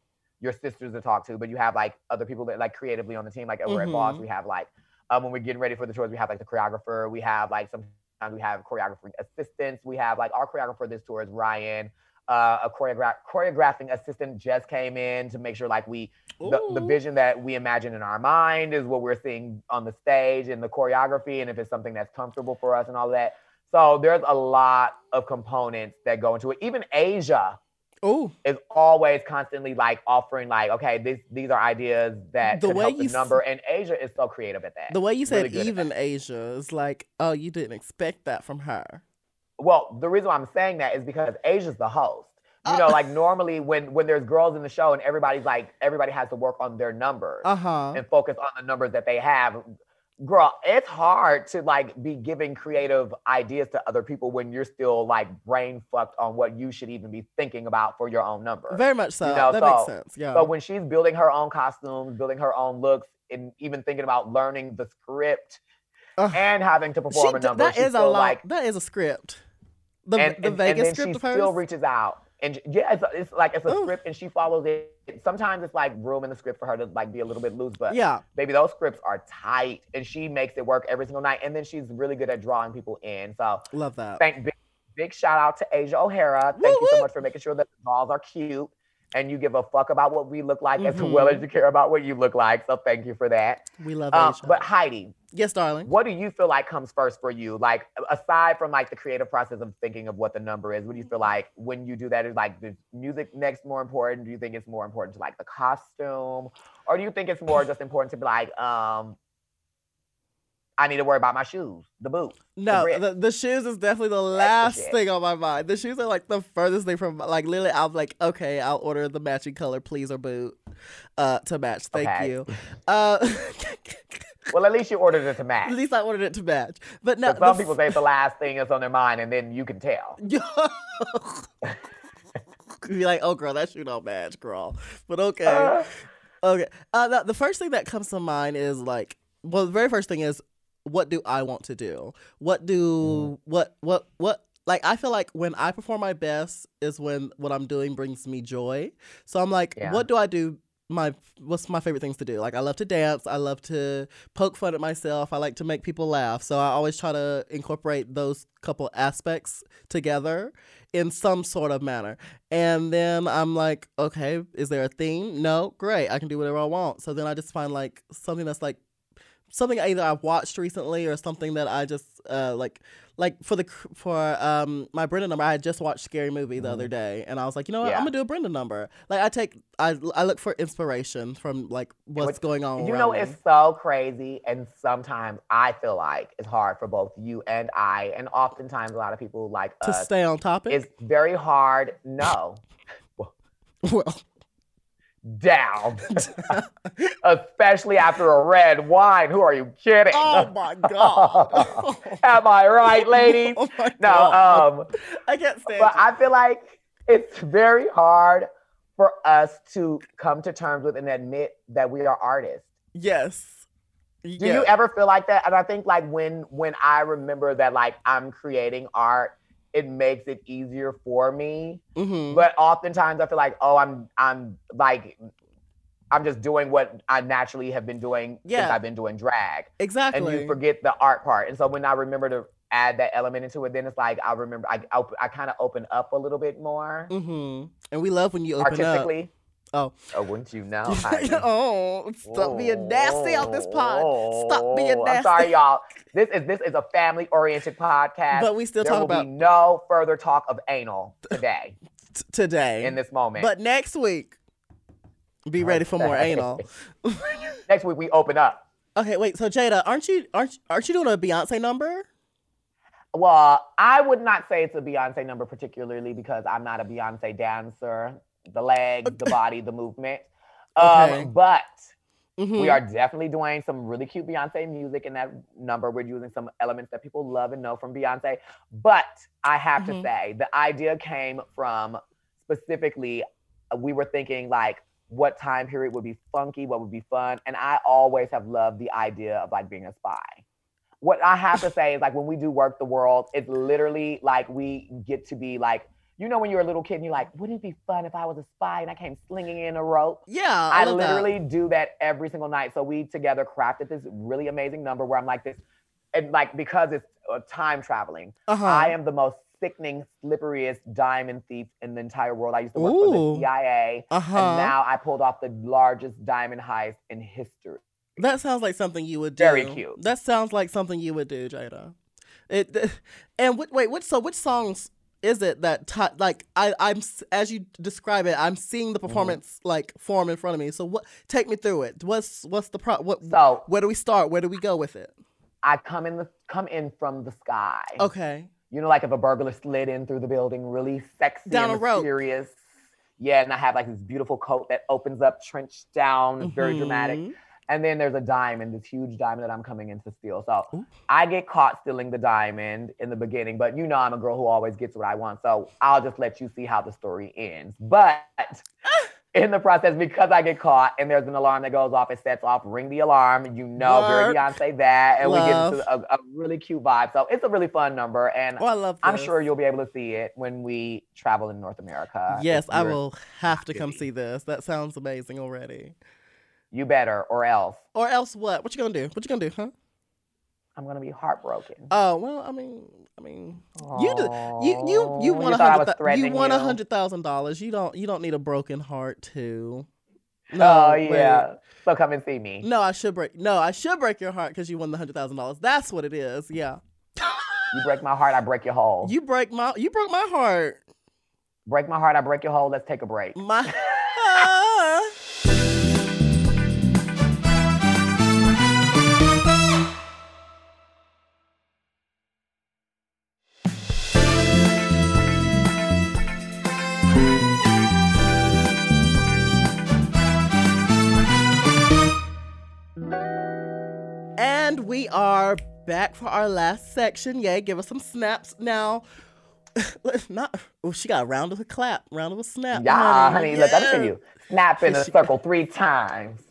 [SPEAKER 2] your sisters to talk to, but you have like other people that like creatively on the team. Like we're at Boss,
[SPEAKER 1] Mhm.
[SPEAKER 2] we have like um, when we're getting ready for the tours, we have like the choreographer, we have like sometimes we have choreography assistants, we have like our choreographer this tour is Ryan. Uh, a choreograph choreographing assistant just came in to make sure like we the, the
[SPEAKER 1] Ooh.
[SPEAKER 2] vision that we imagine in our mind is what we're seeing on the stage and the choreography and if it's something that's comfortable for us and all that so there's a lot of components that go into it even asia
[SPEAKER 1] Ooh.
[SPEAKER 2] is always constantly like offering like okay this, these are ideas that
[SPEAKER 1] The
[SPEAKER 2] could
[SPEAKER 1] way
[SPEAKER 2] help
[SPEAKER 1] you
[SPEAKER 2] the
[SPEAKER 1] s-
[SPEAKER 2] number and asia is so creative at that
[SPEAKER 1] The way you said
[SPEAKER 2] Really good at
[SPEAKER 1] even Asia is like, oh, you didn't expect that from her.
[SPEAKER 2] Well, the reason why I'm saying that is because Asia's the host. You know,
[SPEAKER 1] Oh.
[SPEAKER 2] like normally when when there's girls in the show and everybody's like everybody has to work on their numbers
[SPEAKER 1] Uh huh.
[SPEAKER 2] and focus on the numbers that they have. Girl, it's hard to like be giving creative ideas to other people when you're still like brain fucked on what you should even be thinking about for your own number.
[SPEAKER 1] Very much so.
[SPEAKER 2] You know,
[SPEAKER 1] that
[SPEAKER 2] so-
[SPEAKER 1] makes sense. Yeah.
[SPEAKER 2] So when she's building her own costumes, building her own looks, and even thinking about learning the script
[SPEAKER 1] Ugh.
[SPEAKER 2] and having to perform a
[SPEAKER 1] d-
[SPEAKER 2] number,
[SPEAKER 1] that
[SPEAKER 2] she's
[SPEAKER 1] is a
[SPEAKER 2] still,
[SPEAKER 1] lot.
[SPEAKER 2] like
[SPEAKER 1] that is a script. The,
[SPEAKER 2] and,
[SPEAKER 1] the
[SPEAKER 2] and- and
[SPEAKER 1] Vegas
[SPEAKER 2] then
[SPEAKER 1] script
[SPEAKER 2] she
[SPEAKER 1] of hers.
[SPEAKER 2] still reaches out and yeah it's, it's like it's a
[SPEAKER 1] Ooh.
[SPEAKER 2] script and she follows it sometimes it's like room in the script for her to like be a little bit loose but
[SPEAKER 1] yeah.
[SPEAKER 2] baby those scripts are tight and she makes it work every single night and then she's really good at drawing people in so
[SPEAKER 1] Love that.
[SPEAKER 2] thank big, big shout out to asia o'hara thank
[SPEAKER 1] Woo,
[SPEAKER 2] you so
[SPEAKER 1] woo.
[SPEAKER 2] much for making sure that the dolls are cute and you give a fuck about what we look like as
[SPEAKER 1] Mm-hmm.
[SPEAKER 2] well as you care about what you look like. So thank you for that.
[SPEAKER 1] We love
[SPEAKER 2] Um,
[SPEAKER 1] Asia.
[SPEAKER 2] but Heidi,
[SPEAKER 1] yes, darling.
[SPEAKER 2] what do you feel like comes first for you? Like aside from like the creative process of thinking of what the number is, what do you
[SPEAKER 1] Mm-hmm.
[SPEAKER 2] feel like when you do that? Is like the music next more important? Do you think it's more important to like the costume, or do you think it's more just important to be like, um, I need to worry about my shoes, the boots.
[SPEAKER 1] No,
[SPEAKER 2] rip.
[SPEAKER 1] the, the shoes is definitely the
[SPEAKER 2] That's
[SPEAKER 1] last
[SPEAKER 2] the shit.
[SPEAKER 1] thing on my mind. The shoes are like the furthest thing from like literally. I'm like, okay, I'll order the matching color, please, or boot, uh, to match. Thank
[SPEAKER 2] Okay.
[SPEAKER 1] you. Uh, *laughs*
[SPEAKER 2] Well, at least you ordered it to match.
[SPEAKER 1] at least I ordered it to match. But no,
[SPEAKER 2] 'Cause some
[SPEAKER 1] the *laughs*
[SPEAKER 2] people say it's the last thing that's on their mind, and then you can tell.
[SPEAKER 1] Yo. *laughs* Be like, oh girl, that shoe don't match, girl. But okay,
[SPEAKER 2] Uh,
[SPEAKER 1] okay. Uh, the, the first thing that comes to mind is like, well, the very first thing is, what do I want to do? What do what what what? Like, I feel like when I perform my best is when what I'm doing brings me joy. So I'm like,
[SPEAKER 2] Yeah.
[SPEAKER 1] what do I do? My what's my favorite things to do? Like, I love to dance. I love to poke fun at myself. I like to make people laugh. So I always try to incorporate those couple aspects together in some sort of manner. And then I'm like, okay, is there a theme? No, great. I can do whatever I want. So then I just find like something that's like something either I've watched recently or something that I just uh, like like for the cr- for um my Brenda number I had just watched Scary Movie the other day and I was like you know what
[SPEAKER 2] Mm-hmm. Yeah.
[SPEAKER 1] I'm gonna do a Brenda number like I take I I look for inspiration from like what's
[SPEAKER 2] what-
[SPEAKER 1] going on
[SPEAKER 2] You
[SPEAKER 1] around
[SPEAKER 2] know,
[SPEAKER 1] me.
[SPEAKER 2] it's so crazy. And sometimes I feel like it's hard for both you and I. And oftentimes, a lot of people like
[SPEAKER 1] to
[SPEAKER 2] us.
[SPEAKER 1] stay on topic
[SPEAKER 2] It's very hard. No,
[SPEAKER 1] *laughs*
[SPEAKER 2] *laughs*
[SPEAKER 1] well
[SPEAKER 2] down. *laughs* Especially after a red wine. Who are you kidding?
[SPEAKER 1] oh my
[SPEAKER 2] *laughs*
[SPEAKER 1] god
[SPEAKER 2] Am
[SPEAKER 1] *laughs*
[SPEAKER 2] I right, ladies?
[SPEAKER 1] Oh my
[SPEAKER 2] No,
[SPEAKER 1] God.
[SPEAKER 2] um,
[SPEAKER 1] I can't stand
[SPEAKER 2] but
[SPEAKER 1] it.
[SPEAKER 2] I feel like it's very hard for us to come to terms with and admit that we are artists.
[SPEAKER 1] yes
[SPEAKER 2] Do you ever feel like that? And I think like when when I remember that like I'm creating art, it makes it easier for me.
[SPEAKER 1] hmm
[SPEAKER 2] But oftentimes I feel like, oh, I'm I'm like I'm just doing what I naturally have been doing since
[SPEAKER 1] Yeah.
[SPEAKER 2] I've been doing drag.
[SPEAKER 1] exactly
[SPEAKER 2] And you forget the art part. And so when I remember to add that element into it, then it's like I remember I I, I kind of open up a little bit more
[SPEAKER 1] hmm and we love when you open *laughs* up
[SPEAKER 2] artistically.
[SPEAKER 1] Oh.
[SPEAKER 2] Oh, wouldn't you
[SPEAKER 1] *laughs*
[SPEAKER 2] know? Heidi?
[SPEAKER 1] oh, stop being nasty on this pod. Stop being
[SPEAKER 2] Whoa.
[SPEAKER 1] nasty.
[SPEAKER 2] I'm sorry, y'all. This is this is a family oriented podcast.
[SPEAKER 1] But we still
[SPEAKER 2] there
[SPEAKER 1] talk
[SPEAKER 2] will
[SPEAKER 1] about
[SPEAKER 2] be no further talk of anal
[SPEAKER 1] *laughs*
[SPEAKER 2] today
[SPEAKER 1] t- today.
[SPEAKER 2] in this moment.
[SPEAKER 1] but next week, be ready for more
[SPEAKER 2] Okay.
[SPEAKER 1] anal.
[SPEAKER 2] *laughs*
[SPEAKER 1] *laughs*
[SPEAKER 2] Next week we open up.
[SPEAKER 1] Okay, wait. So Jada, aren't you aren't aren't you doing a Beyonce number?
[SPEAKER 2] Well, I would not say it's a Beyonce number particularly because I'm not a Beyonce dancer. The legs, the body, the movement.
[SPEAKER 1] Okay.
[SPEAKER 2] Um, but
[SPEAKER 1] Mhm.
[SPEAKER 2] we are definitely doing some really cute Beyonce music in that number. We're using some elements that people love and know from Beyonce. But I have
[SPEAKER 1] Mhm.
[SPEAKER 2] to say, the idea came from specifically, uh, we were thinking like, what time period would be funky, what would be fun. And I always have loved the idea of like being a spy. What I have to say is like when we do work the world, it's literally like we get to be like, you know, when you're a little kid and you're like, wouldn't it be fun if I was a spy and I came slinging in a rope?
[SPEAKER 1] Yeah, I,
[SPEAKER 2] I
[SPEAKER 1] love that.
[SPEAKER 2] literally do that every single night. So we together crafted this really amazing number where I'm like this, and like because it's uh, time traveling,
[SPEAKER 1] Uh-huh.
[SPEAKER 2] I am the most sickening, slipperiest diamond thief in the entire world. I used to work for
[SPEAKER 1] Ooh.
[SPEAKER 2] the CIA,
[SPEAKER 1] uh-huh.
[SPEAKER 2] and now I pulled off the largest diamond heist in history.
[SPEAKER 1] That sounds like something you would do.
[SPEAKER 2] Very cute.
[SPEAKER 1] That sounds like something you would do, Jada. It and what, wait, what? So which songs is it that ti- like I I'm s- as you describe it, I'm seeing
[SPEAKER 2] Mm-hmm.
[SPEAKER 1] the performance like form in front of me. So what? Take me through it. What's what's the pro? What?
[SPEAKER 2] So
[SPEAKER 1] where do we start? Where do we go with it?
[SPEAKER 2] Mm-hmm. I come in the come in from the sky.
[SPEAKER 1] Okay.
[SPEAKER 2] You know, like if a burglar slid in through the building, really sexy
[SPEAKER 1] Down
[SPEAKER 2] and
[SPEAKER 1] a rope.
[SPEAKER 2] mysterious. Yeah, and I have like this beautiful coat that opens up, trenched down, It's very dramatic.
[SPEAKER 1] Mhm.
[SPEAKER 2] And then there's a diamond, this huge diamond that I'm coming in to steal. So
[SPEAKER 1] Ooh.
[SPEAKER 2] I get caught stealing the diamond in the beginning, but you know I'm a girl who always gets what I want. So I'll just let you see how the story ends.
[SPEAKER 1] *laughs*
[SPEAKER 2] But in the process, because I get caught and there's an alarm that goes off, it sets off, ring the alarm. You know, very
[SPEAKER 1] Work.
[SPEAKER 2] Beyonce that. And we
[SPEAKER 1] Love.
[SPEAKER 2] get into a, a really cute vibe. So it's a really fun number. And
[SPEAKER 1] Oh, I love.
[SPEAKER 2] I'm
[SPEAKER 1] this.
[SPEAKER 2] sure you'll be able to see it when we travel in North America.
[SPEAKER 1] Yes,
[SPEAKER 2] If
[SPEAKER 1] I
[SPEAKER 2] you're-
[SPEAKER 1] will have to come
[SPEAKER 2] busy.
[SPEAKER 1] see this. That sounds amazing already.
[SPEAKER 2] You better, or else.
[SPEAKER 1] Or else what? What you gonna do? What you gonna do? Huh?
[SPEAKER 2] I'm gonna be heartbroken.
[SPEAKER 1] Oh well, I mean, I mean, you do, you you you
[SPEAKER 2] Aw,
[SPEAKER 1] want a
[SPEAKER 2] Oh, thought I was
[SPEAKER 1] hundred thou- you
[SPEAKER 2] threatening
[SPEAKER 1] want a hundred thousand dollars. You don't you don't need a broken heart to.
[SPEAKER 2] Oh
[SPEAKER 1] wait.
[SPEAKER 2] yeah. So come and see me.
[SPEAKER 1] No, I should break. No, I should break your heart because you won the hundred thousand dollars. That's what it is. Yeah,
[SPEAKER 2] You break my heart, I break your hole.
[SPEAKER 1] you break my you broke my heart.
[SPEAKER 2] break my heart, I break your hole. Let's take a break.
[SPEAKER 1] My. *laughs* And we are back for our last section. Yay, give us some snaps now. Let's not. Oh, she got a round of a clap, round of a snap.
[SPEAKER 2] Yeah, honey, look, I'm for
[SPEAKER 1] Yeah.
[SPEAKER 2] you.
[SPEAKER 1] *laughs*
[SPEAKER 2] Snap in a circle three times.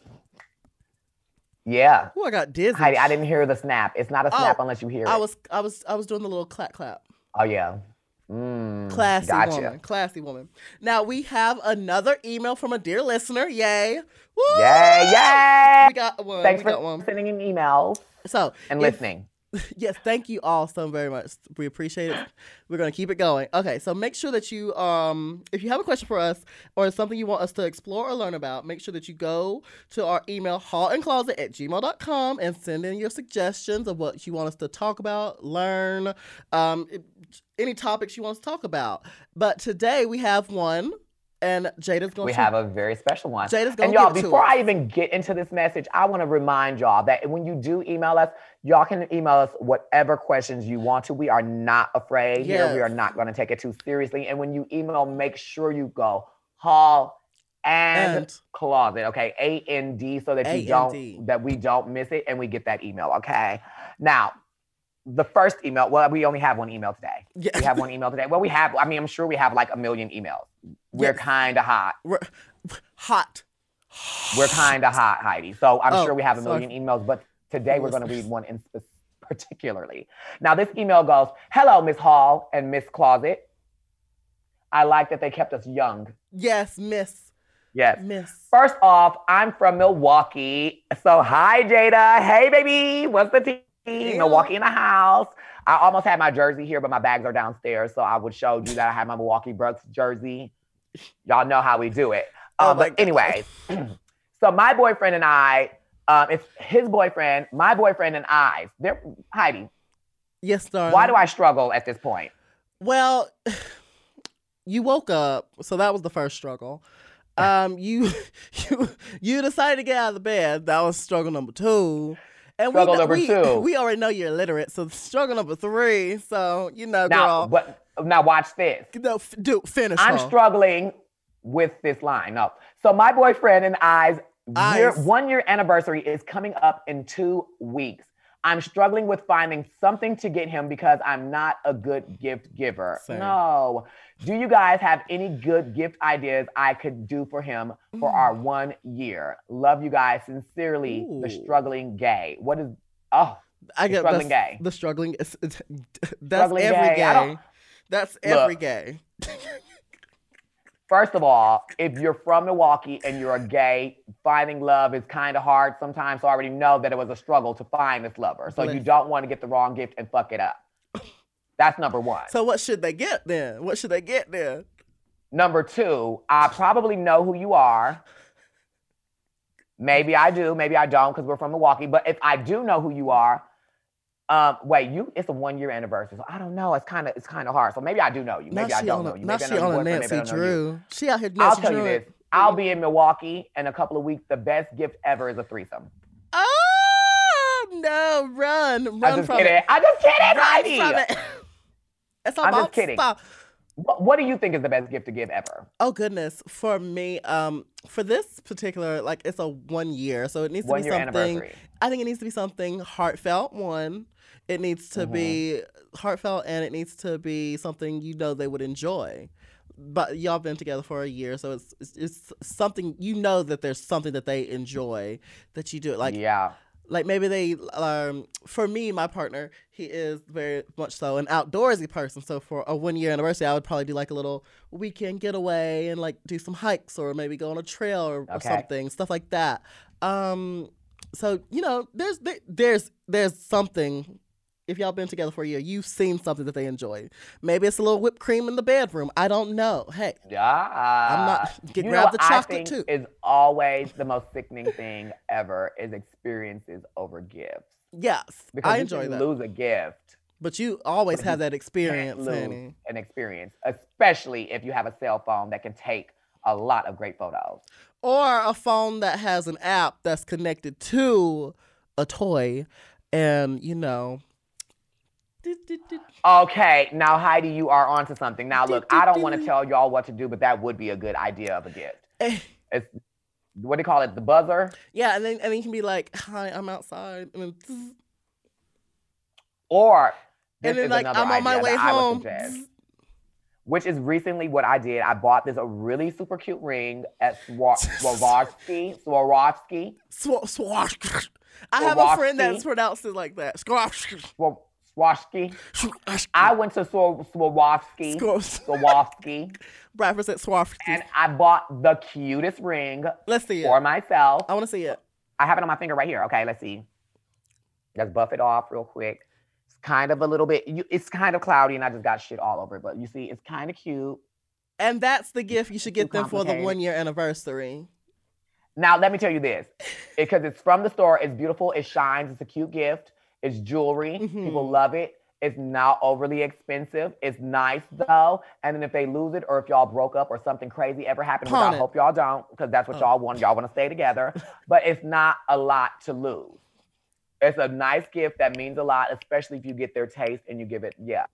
[SPEAKER 2] Yeah.
[SPEAKER 1] Oh, I got dizzy.
[SPEAKER 2] Heidi, I didn't hear the snap. It's not a
[SPEAKER 1] Oh,
[SPEAKER 2] snap unless you hear it.
[SPEAKER 1] I was, I was, I was doing the little clap, clap.
[SPEAKER 2] oh yeah. Mm,
[SPEAKER 1] Classy
[SPEAKER 2] gotcha.
[SPEAKER 1] woman, classy woman. Now we have another email from a dear listener. Yay! Woo! *laughs*
[SPEAKER 2] Yay, yay!
[SPEAKER 1] We got one.
[SPEAKER 2] Thanks
[SPEAKER 1] we
[SPEAKER 2] for
[SPEAKER 1] got one.
[SPEAKER 2] sending in emails
[SPEAKER 1] So
[SPEAKER 2] and
[SPEAKER 1] if-
[SPEAKER 2] listening.
[SPEAKER 1] Yes, thank you all so very much. We appreciate it. We're gonna keep it going. Okay, so make sure that you, um, if you have a question for us or something you want us to explore or learn about, make sure that you go to our email haulandcloset at gmail.com and send in your suggestions of what you want us to talk about, learn, um, it- any topics you want us to talk about. But today we have one, and Jada's gonna.
[SPEAKER 2] We
[SPEAKER 1] shoot-
[SPEAKER 2] have a very special one.
[SPEAKER 1] Jada's gonna
[SPEAKER 2] And y'all,
[SPEAKER 1] give it to
[SPEAKER 2] before
[SPEAKER 1] us.
[SPEAKER 2] I even get into this message, I want to remind y'all that when you do email us, y'all can email us whatever questions you want to. We are not afraid here. We
[SPEAKER 1] Yes.
[SPEAKER 2] are not going to take it too seriously. And when you email, make sure you go hall and,
[SPEAKER 1] And-
[SPEAKER 2] closet, okay? A N D so that
[SPEAKER 1] A-N-D.
[SPEAKER 2] you don't that we don't miss it and we get that email, okay? Now, the first email, well, we only have one email today.
[SPEAKER 1] Yeah.
[SPEAKER 2] We have one email today. Well, we have, I mean, I'm sure we have like a million emails. We're
[SPEAKER 1] Yes.
[SPEAKER 2] kind of hot.
[SPEAKER 1] *laughs* We're- hot.
[SPEAKER 2] We're kind of hot, Heidi. So I'm
[SPEAKER 1] Oh,
[SPEAKER 2] sure we have a
[SPEAKER 1] sorry.
[SPEAKER 2] million emails, but today we're going to
[SPEAKER 1] Listeners.
[SPEAKER 2] read one in spe- particularly. Now, this email goes Hello, Miss Hall and Miss Closet. I like that they kept us young.
[SPEAKER 1] Yes, Miss,
[SPEAKER 2] Yes.
[SPEAKER 1] Miss.
[SPEAKER 2] First off, I'm from Milwaukee. So, hi, Jada. Hey, baby. What's the tea? Milwaukee in the house. I almost had my jersey here, but my bags are downstairs. So, I would show you that I have my Milwaukee Bucks jersey. Y'all know how we do it.
[SPEAKER 1] Oh
[SPEAKER 2] Um,
[SPEAKER 1] my
[SPEAKER 2] but,
[SPEAKER 1] God.
[SPEAKER 2] anyways, *clears throat* so my boyfriend and I, um, it's his boyfriend, my boyfriend, and I. They're, Heidi,
[SPEAKER 1] Yes, darling.
[SPEAKER 2] why do I struggle at this point?
[SPEAKER 1] Well, *sighs* you woke up, so that was the first struggle.
[SPEAKER 2] Ah.
[SPEAKER 1] Um, you *laughs* you you decided to get out of the bed. That was struggle number two. And
[SPEAKER 2] Struggle
[SPEAKER 1] we, kn-
[SPEAKER 2] number
[SPEAKER 1] we, *laughs*
[SPEAKER 2] two.
[SPEAKER 1] We already know you're illiterate, so struggle number three. So you know,
[SPEAKER 2] Now,
[SPEAKER 1] girl,
[SPEAKER 2] but, now watch this.
[SPEAKER 1] no, f- do finish.
[SPEAKER 2] I'm
[SPEAKER 1] her.
[SPEAKER 2] struggling with this line. up. So my boyfriend and I's year,
[SPEAKER 1] Eyes.
[SPEAKER 2] one year anniversary is coming up in two weeks. I'm struggling with finding something to get him because I'm not a good gift giver.
[SPEAKER 1] Same.
[SPEAKER 2] No. Do you guys have any good gift ideas I could do for him for our
[SPEAKER 1] Mm.
[SPEAKER 2] one year? Love you guys sincerely, the
[SPEAKER 1] Ooh.
[SPEAKER 2] struggling gay. What is oh
[SPEAKER 1] I
[SPEAKER 2] the
[SPEAKER 1] get
[SPEAKER 2] struggling
[SPEAKER 1] that's-
[SPEAKER 2] gay.
[SPEAKER 1] The struggling. It's, it's, *laughs* that's
[SPEAKER 2] Struggling
[SPEAKER 1] every
[SPEAKER 2] gay. I
[SPEAKER 1] gay.
[SPEAKER 2] don't-
[SPEAKER 1] That's every
[SPEAKER 2] Look.
[SPEAKER 1] gay.
[SPEAKER 2] First of all, if you're from Milwaukee and you're a gay, finding love is kind of hard sometimes. So I already know that it was a struggle to find this lover. So you
[SPEAKER 1] Bless.
[SPEAKER 2] don't want to get the wrong gift and fuck it up. That's number one.
[SPEAKER 1] So what should they get then? What should they get then?
[SPEAKER 2] number two, I probably know who you are. Maybe I do, maybe I don't, because we're from Milwaukee. But if I do know who you are, um, wait, you it's a one year anniversary. So I don't know. It's kind of it's kind of hard. So maybe I do know you. Maybe
[SPEAKER 1] now
[SPEAKER 2] I
[SPEAKER 1] she
[SPEAKER 2] don't
[SPEAKER 1] on
[SPEAKER 2] know
[SPEAKER 1] a,
[SPEAKER 2] you.
[SPEAKER 1] now
[SPEAKER 2] Maybe I
[SPEAKER 1] she
[SPEAKER 2] know your
[SPEAKER 1] on a
[SPEAKER 2] boyfriend,
[SPEAKER 1] Nancy
[SPEAKER 2] maybe I don't know you.
[SPEAKER 1] Drew. She out here Nancy
[SPEAKER 2] I'll tell you
[SPEAKER 1] Drew.
[SPEAKER 2] this. I'll be in Milwaukee in a couple of weeks. The best gift ever is a threesome.
[SPEAKER 1] Oh no! Run,
[SPEAKER 2] I'm
[SPEAKER 1] run
[SPEAKER 2] just
[SPEAKER 1] from
[SPEAKER 2] kidding.
[SPEAKER 1] it.
[SPEAKER 2] I'm just kidding,
[SPEAKER 1] Run
[SPEAKER 2] Heidi.
[SPEAKER 1] from it. *laughs* It's
[SPEAKER 2] I'm just
[SPEAKER 1] about
[SPEAKER 2] kidding.
[SPEAKER 1] stop.
[SPEAKER 2] What, what do you think is the best gift to give ever?
[SPEAKER 1] Oh goodness, for me, um, for this particular, like it's a one year, so it needs to
[SPEAKER 2] One
[SPEAKER 1] be
[SPEAKER 2] year
[SPEAKER 1] something.
[SPEAKER 2] anniversary.
[SPEAKER 1] I think it needs to be something heartfelt. One, it needs to be
[SPEAKER 2] Mm-hmm.
[SPEAKER 1] heartfelt, and it needs to be something you know they would enjoy. But y'all been together for a year, so it's it's, it's something you know that there's something that they enjoy that you do it like.
[SPEAKER 2] yeah.
[SPEAKER 1] like maybe they um for me my partner he is very much so an outdoorsy person so for a one year anniversary i would probably do like a little weekend getaway and like do some hikes or maybe go on a trail or, or
[SPEAKER 2] Okay.
[SPEAKER 1] something stuff like that um so you know, there's there, there's there's something. If y'all been together for a year, you've seen something that they enjoy. Maybe it's a little whipped cream in the bedroom. I don't know. Hey,
[SPEAKER 2] Yeah.
[SPEAKER 1] I'm
[SPEAKER 2] I'm
[SPEAKER 1] not- get-
[SPEAKER 2] you
[SPEAKER 1] grab
[SPEAKER 2] know
[SPEAKER 1] the
[SPEAKER 2] what
[SPEAKER 1] chocolate,
[SPEAKER 2] I think
[SPEAKER 1] too.
[SPEAKER 2] Is always the most sickening thing ever is experiences over gifts.
[SPEAKER 1] yes,
[SPEAKER 2] Because
[SPEAKER 1] I
[SPEAKER 2] you
[SPEAKER 1] enjoy
[SPEAKER 2] can
[SPEAKER 1] that.
[SPEAKER 2] lose a gift,
[SPEAKER 1] But you always
[SPEAKER 2] But
[SPEAKER 1] have
[SPEAKER 2] you *laughs*
[SPEAKER 1] that experience,
[SPEAKER 2] lose.
[SPEAKER 1] honey.
[SPEAKER 2] an experience, especially if you have a cell phone that can take a lot of great photos.
[SPEAKER 1] Or a phone that has an app that's connected to a toy and, you know. doot, doot, doot.
[SPEAKER 2] Okay, now Heidi, you are onto something. Now
[SPEAKER 1] Do,
[SPEAKER 2] look,
[SPEAKER 1] do,
[SPEAKER 2] I don't
[SPEAKER 1] do.
[SPEAKER 2] want to tell y'all what to do, but that would be a good idea of a gift.
[SPEAKER 1] Eh,
[SPEAKER 2] It's what do you call it? The buzzer?
[SPEAKER 1] Yeah, and then and then you can be like, "Hi, I'm outside," and then, zzz,
[SPEAKER 2] Or this
[SPEAKER 1] and then
[SPEAKER 2] is
[SPEAKER 1] like,
[SPEAKER 2] another
[SPEAKER 1] "I'm on my
[SPEAKER 2] idea
[SPEAKER 1] way
[SPEAKER 2] that I would
[SPEAKER 1] home."
[SPEAKER 2] suggest.
[SPEAKER 1] Zzz.
[SPEAKER 2] which is recently what I did. I bought this a really super cute ring at
[SPEAKER 1] *laughs*
[SPEAKER 2] Swar- Swarovski. Swarovski.
[SPEAKER 1] Swa- swash. I have a friend
[SPEAKER 2] Swarovski.
[SPEAKER 1] that's pronounced it like that. Squash.
[SPEAKER 2] Swar- Swarovski.
[SPEAKER 1] Squash.
[SPEAKER 2] I went to Swar- Swarovski.
[SPEAKER 1] Squash. *laughs*
[SPEAKER 2] Swarovski.
[SPEAKER 1] Rapper said swash.
[SPEAKER 2] And I bought the cutest ring
[SPEAKER 1] Let's see
[SPEAKER 2] for
[SPEAKER 1] it.
[SPEAKER 2] myself.
[SPEAKER 1] I want to see it.
[SPEAKER 2] I have it on my finger right here. Okay, let's see. Let's buff it off real quick. It's kind of a little bit, you, it's kind of cloudy and I just got shit all over it. But you see, it's kind of cute.
[SPEAKER 1] And that's the gift you should
[SPEAKER 2] Too
[SPEAKER 1] get them for the
[SPEAKER 2] complicated.
[SPEAKER 1] one year anniversary.
[SPEAKER 2] Now, let me tell you this because it's from the store, it's beautiful, it shines, it's a cute gift, it's jewelry, people
[SPEAKER 1] Mhm.
[SPEAKER 2] love it. It's not overly expensive. It's nice though. And then if they lose it or if y'all broke up or something crazy ever happened, which
[SPEAKER 1] Pawn
[SPEAKER 2] I
[SPEAKER 1] it.
[SPEAKER 2] hope y'all don't, because that's what
[SPEAKER 1] Oh.
[SPEAKER 2] y'all want. Y'all want to stay
[SPEAKER 1] *laughs*
[SPEAKER 2] together. but it's not a lot to lose. It's a nice gift that means a lot, especially if you get their taste and you give it, yeah.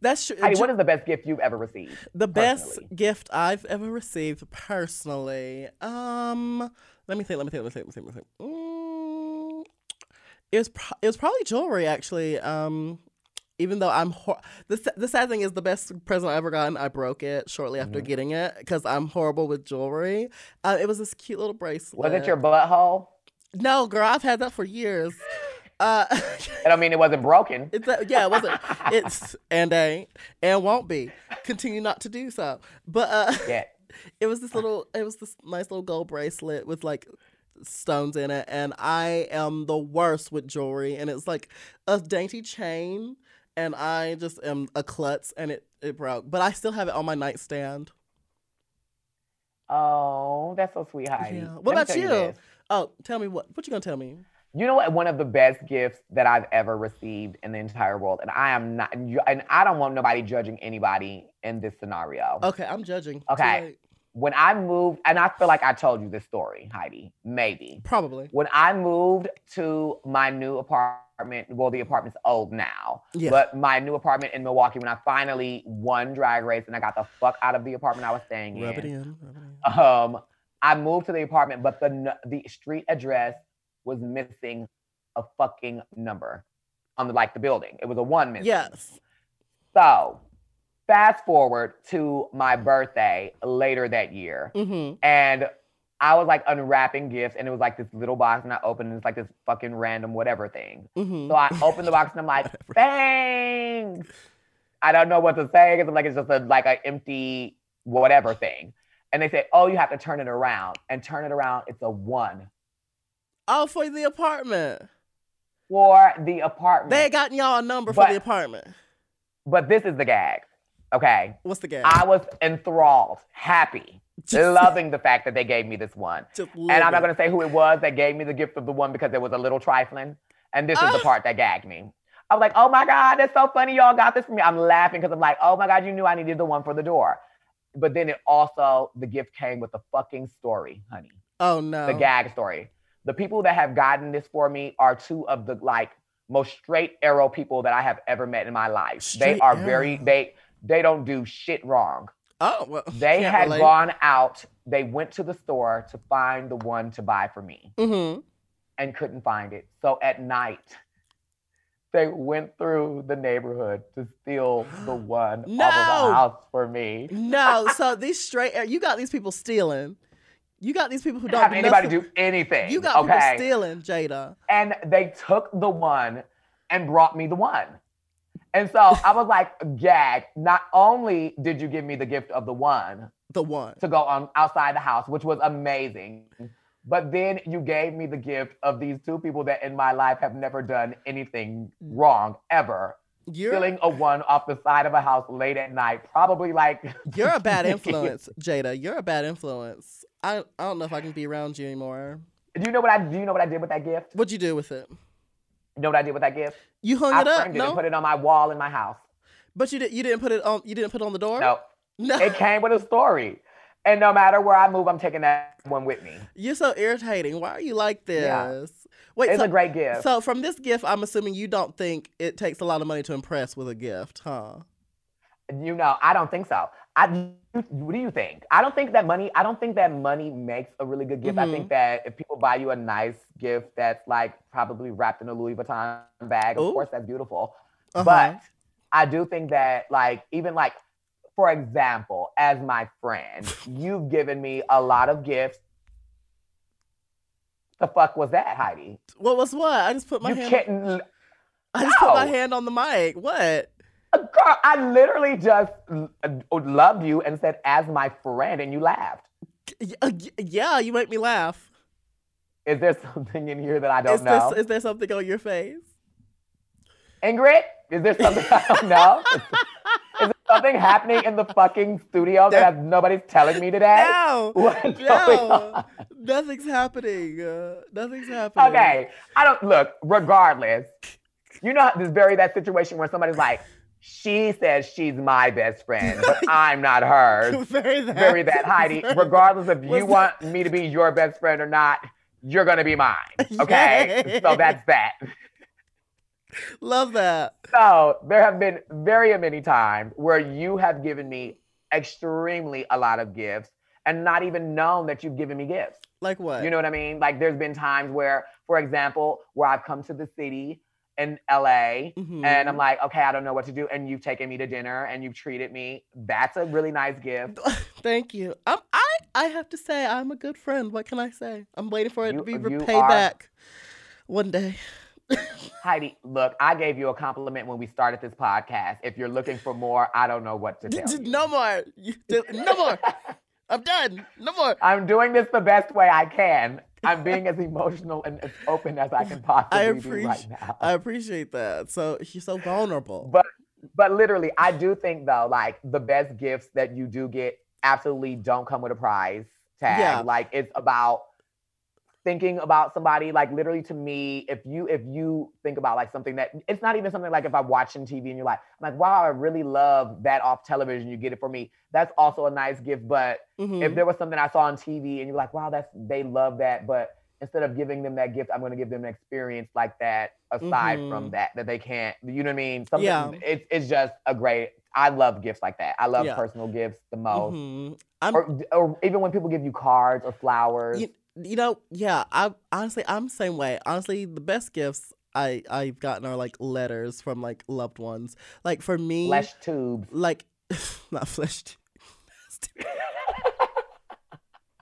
[SPEAKER 1] That's true.
[SPEAKER 2] Heidi, what is the best gift you've ever received?
[SPEAKER 1] The best
[SPEAKER 2] personally?
[SPEAKER 1] gift I've ever received personally. Um, let me think. Let me think. Let me think. Let me think. Let me think. Mm, it was pro- it was probably jewelry actually. Um, even though I'm hor- the sa- the sad thing is the best present I ever gotten I broke it shortly after
[SPEAKER 2] Mhm.
[SPEAKER 1] getting it because I'm horrible with jewelry. Uh, it was this cute little bracelet.
[SPEAKER 2] Was it your butthole?
[SPEAKER 1] No, girl, I've had that for years. Uh, *laughs*
[SPEAKER 2] I don't mean it wasn't broken.
[SPEAKER 1] It's a, yeah, it wasn't. It's and ain't and won't be. Continue not to do so. But uh,
[SPEAKER 2] Yeah.
[SPEAKER 1] it was this little. It was this nice little gold bracelet with like stones in it, and I am the worst with jewelry. And it's like a dainty chain, and I just am a klutz, and it it broke. But I still have it on my nightstand.
[SPEAKER 2] Oh, that's so sweet, Heidi.
[SPEAKER 1] Yeah. What
[SPEAKER 2] Let me
[SPEAKER 1] about
[SPEAKER 2] tell
[SPEAKER 1] you?
[SPEAKER 2] this.
[SPEAKER 1] Oh, tell me what what you gonna tell me?
[SPEAKER 2] You know what? One of the best gifts that I've ever received in the entire world, and I am not, you- and I don't want nobody judging anybody in this scenario.
[SPEAKER 1] Okay, I'm judging. Too
[SPEAKER 2] Okay.
[SPEAKER 1] late.
[SPEAKER 2] When I moved, and I feel like I told you this story, Heidi, maybe.
[SPEAKER 1] probably.
[SPEAKER 2] When I moved to my new apartment, well, the apartment's old now,
[SPEAKER 1] Yeah.
[SPEAKER 2] but my new apartment in Milwaukee, when I finally won Drag Race and I got the fuck out of the apartment I was staying
[SPEAKER 1] Rub it
[SPEAKER 2] in,
[SPEAKER 1] in. Rub it in.
[SPEAKER 2] um, I moved to the apartment, but the nu- the street address was missing a fucking number on the like the building. It was a one missing.
[SPEAKER 1] Yes.
[SPEAKER 2] So fast forward to my birthday later that year,
[SPEAKER 1] Mm-hmm.
[SPEAKER 2] and I was like unwrapping gifts, and it was like this little box, and I opened, and it's like this fucking random whatever thing.
[SPEAKER 1] Mm-hmm.
[SPEAKER 2] So I opened the box, and I'm like, thanks. I don't know what to say because I'm like, it's just a, like an empty whatever thing. And they say, oh, you have to turn it around. And turn it around, it's a one
[SPEAKER 1] Oh, for the apartment.
[SPEAKER 2] for the apartment.
[SPEAKER 1] They had gotten y'all a number for
[SPEAKER 2] But-
[SPEAKER 1] the apartment.
[SPEAKER 2] but this is the gag. Okay.
[SPEAKER 1] What's the gag?
[SPEAKER 2] I was enthralled, happy,
[SPEAKER 1] *laughs* Just-
[SPEAKER 2] loving the fact that they gave me this one.
[SPEAKER 1] just
[SPEAKER 2] And I'm
[SPEAKER 1] live
[SPEAKER 2] not
[SPEAKER 1] it.
[SPEAKER 2] going to say who it was that gave me the gift of the one because it was a little trifling. And this is the
[SPEAKER 1] Ah.
[SPEAKER 2] part that gagged me. I was like, oh my God, that's so funny. Y'all got this for me. I'm laughing because I'm like, oh my God, you knew I needed the one for the door. But then it also, the gift came with the fucking story, honey.
[SPEAKER 1] Oh no.
[SPEAKER 2] The gag story. The people that have gotten this for me are two of the like most straight arrow people that I have ever met in my life. they
[SPEAKER 1] Straight
[SPEAKER 2] are very,
[SPEAKER 1] arrow.
[SPEAKER 2] they, they don't do shit wrong.
[SPEAKER 1] Oh well. *laughs*
[SPEAKER 2] They
[SPEAKER 1] can't
[SPEAKER 2] had
[SPEAKER 1] relate.
[SPEAKER 2] gone out. They went to the store to find the one to buy for me
[SPEAKER 1] Mhm.
[SPEAKER 2] and couldn't find it. So at night, they went through the neighborhood to steal
[SPEAKER 1] *gasps*
[SPEAKER 2] the one
[SPEAKER 1] No!
[SPEAKER 2] off of the house for me.
[SPEAKER 1] No, so these straight uh, you got these people stealing. You got these people who don't
[SPEAKER 2] Have
[SPEAKER 1] do
[SPEAKER 2] anybody
[SPEAKER 1] nothing.
[SPEAKER 2] do anything?
[SPEAKER 1] You got
[SPEAKER 2] okay.
[SPEAKER 1] people stealing, Jada.
[SPEAKER 2] and they took the one and brought me the one. And so I was like, gag, not only did you give me the gift of the one
[SPEAKER 1] The one.
[SPEAKER 2] to go on outside the house, which was amazing, But then you gave me the gift of these two people that in my life have never done anything wrong ever.
[SPEAKER 1] Mm. You're
[SPEAKER 2] Killing a one off the side of a house late at night, probably like *laughs*
[SPEAKER 1] you're a bad influence, Jada. You're a bad influence. I I don't know if I can be around you anymore.
[SPEAKER 2] Do you know what I do you know what I did with that gift?
[SPEAKER 1] What'd you do with it?
[SPEAKER 2] You know what I did with that gift?
[SPEAKER 1] You hung
[SPEAKER 2] I
[SPEAKER 1] it up,
[SPEAKER 2] framed it and
[SPEAKER 1] no?
[SPEAKER 2] put it on my wall in my house.
[SPEAKER 1] but you did. You didn't put it on. You didn't put it on the door.
[SPEAKER 2] No,
[SPEAKER 1] No.
[SPEAKER 2] it came with a story. And no matter where I move, I'm taking that one with me.
[SPEAKER 1] You're so irritating. Why are you like this?
[SPEAKER 2] Yeah.
[SPEAKER 1] Wait.
[SPEAKER 2] It's
[SPEAKER 1] so,
[SPEAKER 2] a great gift.
[SPEAKER 1] so from this gift, I'm assuming you don't think it takes a lot of money to impress with a gift, huh?
[SPEAKER 2] You know, I don't think so. I you- what do you think? I don't think that money. I don't think that money makes a really good gift. I
[SPEAKER 1] Mm-hmm.
[SPEAKER 2] think that if people buy you a nice gift that's like probably wrapped in a Louis Vuitton bag,
[SPEAKER 1] Ooh.
[SPEAKER 2] of course that's beautiful.
[SPEAKER 1] Uh-huh.
[SPEAKER 2] But I do think that like even like for example, as my friend, you've given me a lot of gifts. The fuck was that, Heidi?
[SPEAKER 1] what was what? I just put my
[SPEAKER 2] you
[SPEAKER 1] hand.
[SPEAKER 2] can't,
[SPEAKER 1] I just put my
[SPEAKER 2] No.
[SPEAKER 1] hand on the mic. What?
[SPEAKER 2] girl. I literally just l- uh, loved you and said as my friend, and you laughed.
[SPEAKER 1] Y- uh, y- Yeah, you make me laugh.
[SPEAKER 2] Is there something in here that I don't
[SPEAKER 1] Is
[SPEAKER 2] know?
[SPEAKER 1] there, is there something on your face?
[SPEAKER 2] Ingrid, is there something I
[SPEAKER 1] *laughs*
[SPEAKER 2] don't know? is there something happening in the fucking studio that I've- nobody's telling me today?
[SPEAKER 1] No,
[SPEAKER 2] What's going on?
[SPEAKER 1] no, nothing's happening. Uh, nothing's happening.
[SPEAKER 2] Okay, I don't look. Regardless, you know there's very that situation where somebody's like, she says she's my best friend,
[SPEAKER 1] *laughs*
[SPEAKER 2] but I'm not hers.
[SPEAKER 1] *laughs* Very that.
[SPEAKER 2] Bury
[SPEAKER 1] *laughs*
[SPEAKER 2] that, Heidi. Regardless if
[SPEAKER 1] Was
[SPEAKER 2] you want me to be your best friend or not, you're gonna be mine.
[SPEAKER 1] *laughs*
[SPEAKER 2] Okay,
[SPEAKER 1] Yes.
[SPEAKER 2] so that's that.
[SPEAKER 1] Love that.
[SPEAKER 2] So there have been very many times where you have given me extremely a lot of gifts and not even known that you've given me gifts.
[SPEAKER 1] Like what?
[SPEAKER 2] You know what I mean? Like there's been times where, for example, where I've come to the city in LA
[SPEAKER 1] Mhm.
[SPEAKER 2] and I'm like, okay, I don't know what to do. And you've taken me to dinner and you've treated me. That's a really nice gift.
[SPEAKER 1] Thank you. I'm, I I have to say I'm a good friend. What can I say? I'm waiting for it to
[SPEAKER 2] You-
[SPEAKER 1] be
[SPEAKER 2] you
[SPEAKER 1] repaid
[SPEAKER 2] are-
[SPEAKER 1] back one day.
[SPEAKER 2] Heidi, look, I gave you a compliment when we started this podcast. If you're looking for more, I don't know what to tell you.
[SPEAKER 1] *laughs* No more. You- No
[SPEAKER 2] *laughs*
[SPEAKER 1] more. I'm done. No more.
[SPEAKER 2] I'm doing this the best way I can. I'm being as emotional and as open as I
[SPEAKER 1] *laughs*
[SPEAKER 2] can possibly be right
[SPEAKER 1] appreci-
[SPEAKER 2] now.
[SPEAKER 1] I appreciate that. So you're so vulnerable.
[SPEAKER 2] But but literally, I do think though, like the best gifts that you do get absolutely don't come with a prize tag.
[SPEAKER 1] Yeah.
[SPEAKER 2] Like it's about thinking about somebody. Like literally, to me, if you if you think about like something that it's not even something like if I'm watching TV and you're like, I'm like, wow, I really love that off television. You get it for me. That's also a nice gift, but
[SPEAKER 1] Mhm.
[SPEAKER 2] if there was something I saw on TV and you're like, wow, that's they love that, but instead of giving them that gift, I'm gonna give them an experience like that aside
[SPEAKER 1] Mhm.
[SPEAKER 2] from that that they can't. You know what I mean? Something,
[SPEAKER 1] Yeah.
[SPEAKER 2] It's it's just a great. I love gifts like that. I love
[SPEAKER 1] Yeah.
[SPEAKER 2] personal gifts the most,
[SPEAKER 1] Mhm. I'm
[SPEAKER 2] or, or even when people give you cards or flowers.
[SPEAKER 1] you, you know, yeah, I honestly I'm the same way. Honestly, the best gifts I I've gotten are like letters from like loved ones. Like for me,
[SPEAKER 2] Flesh tubes.
[SPEAKER 1] like *laughs* not flesh. t- Nasty. *laughs*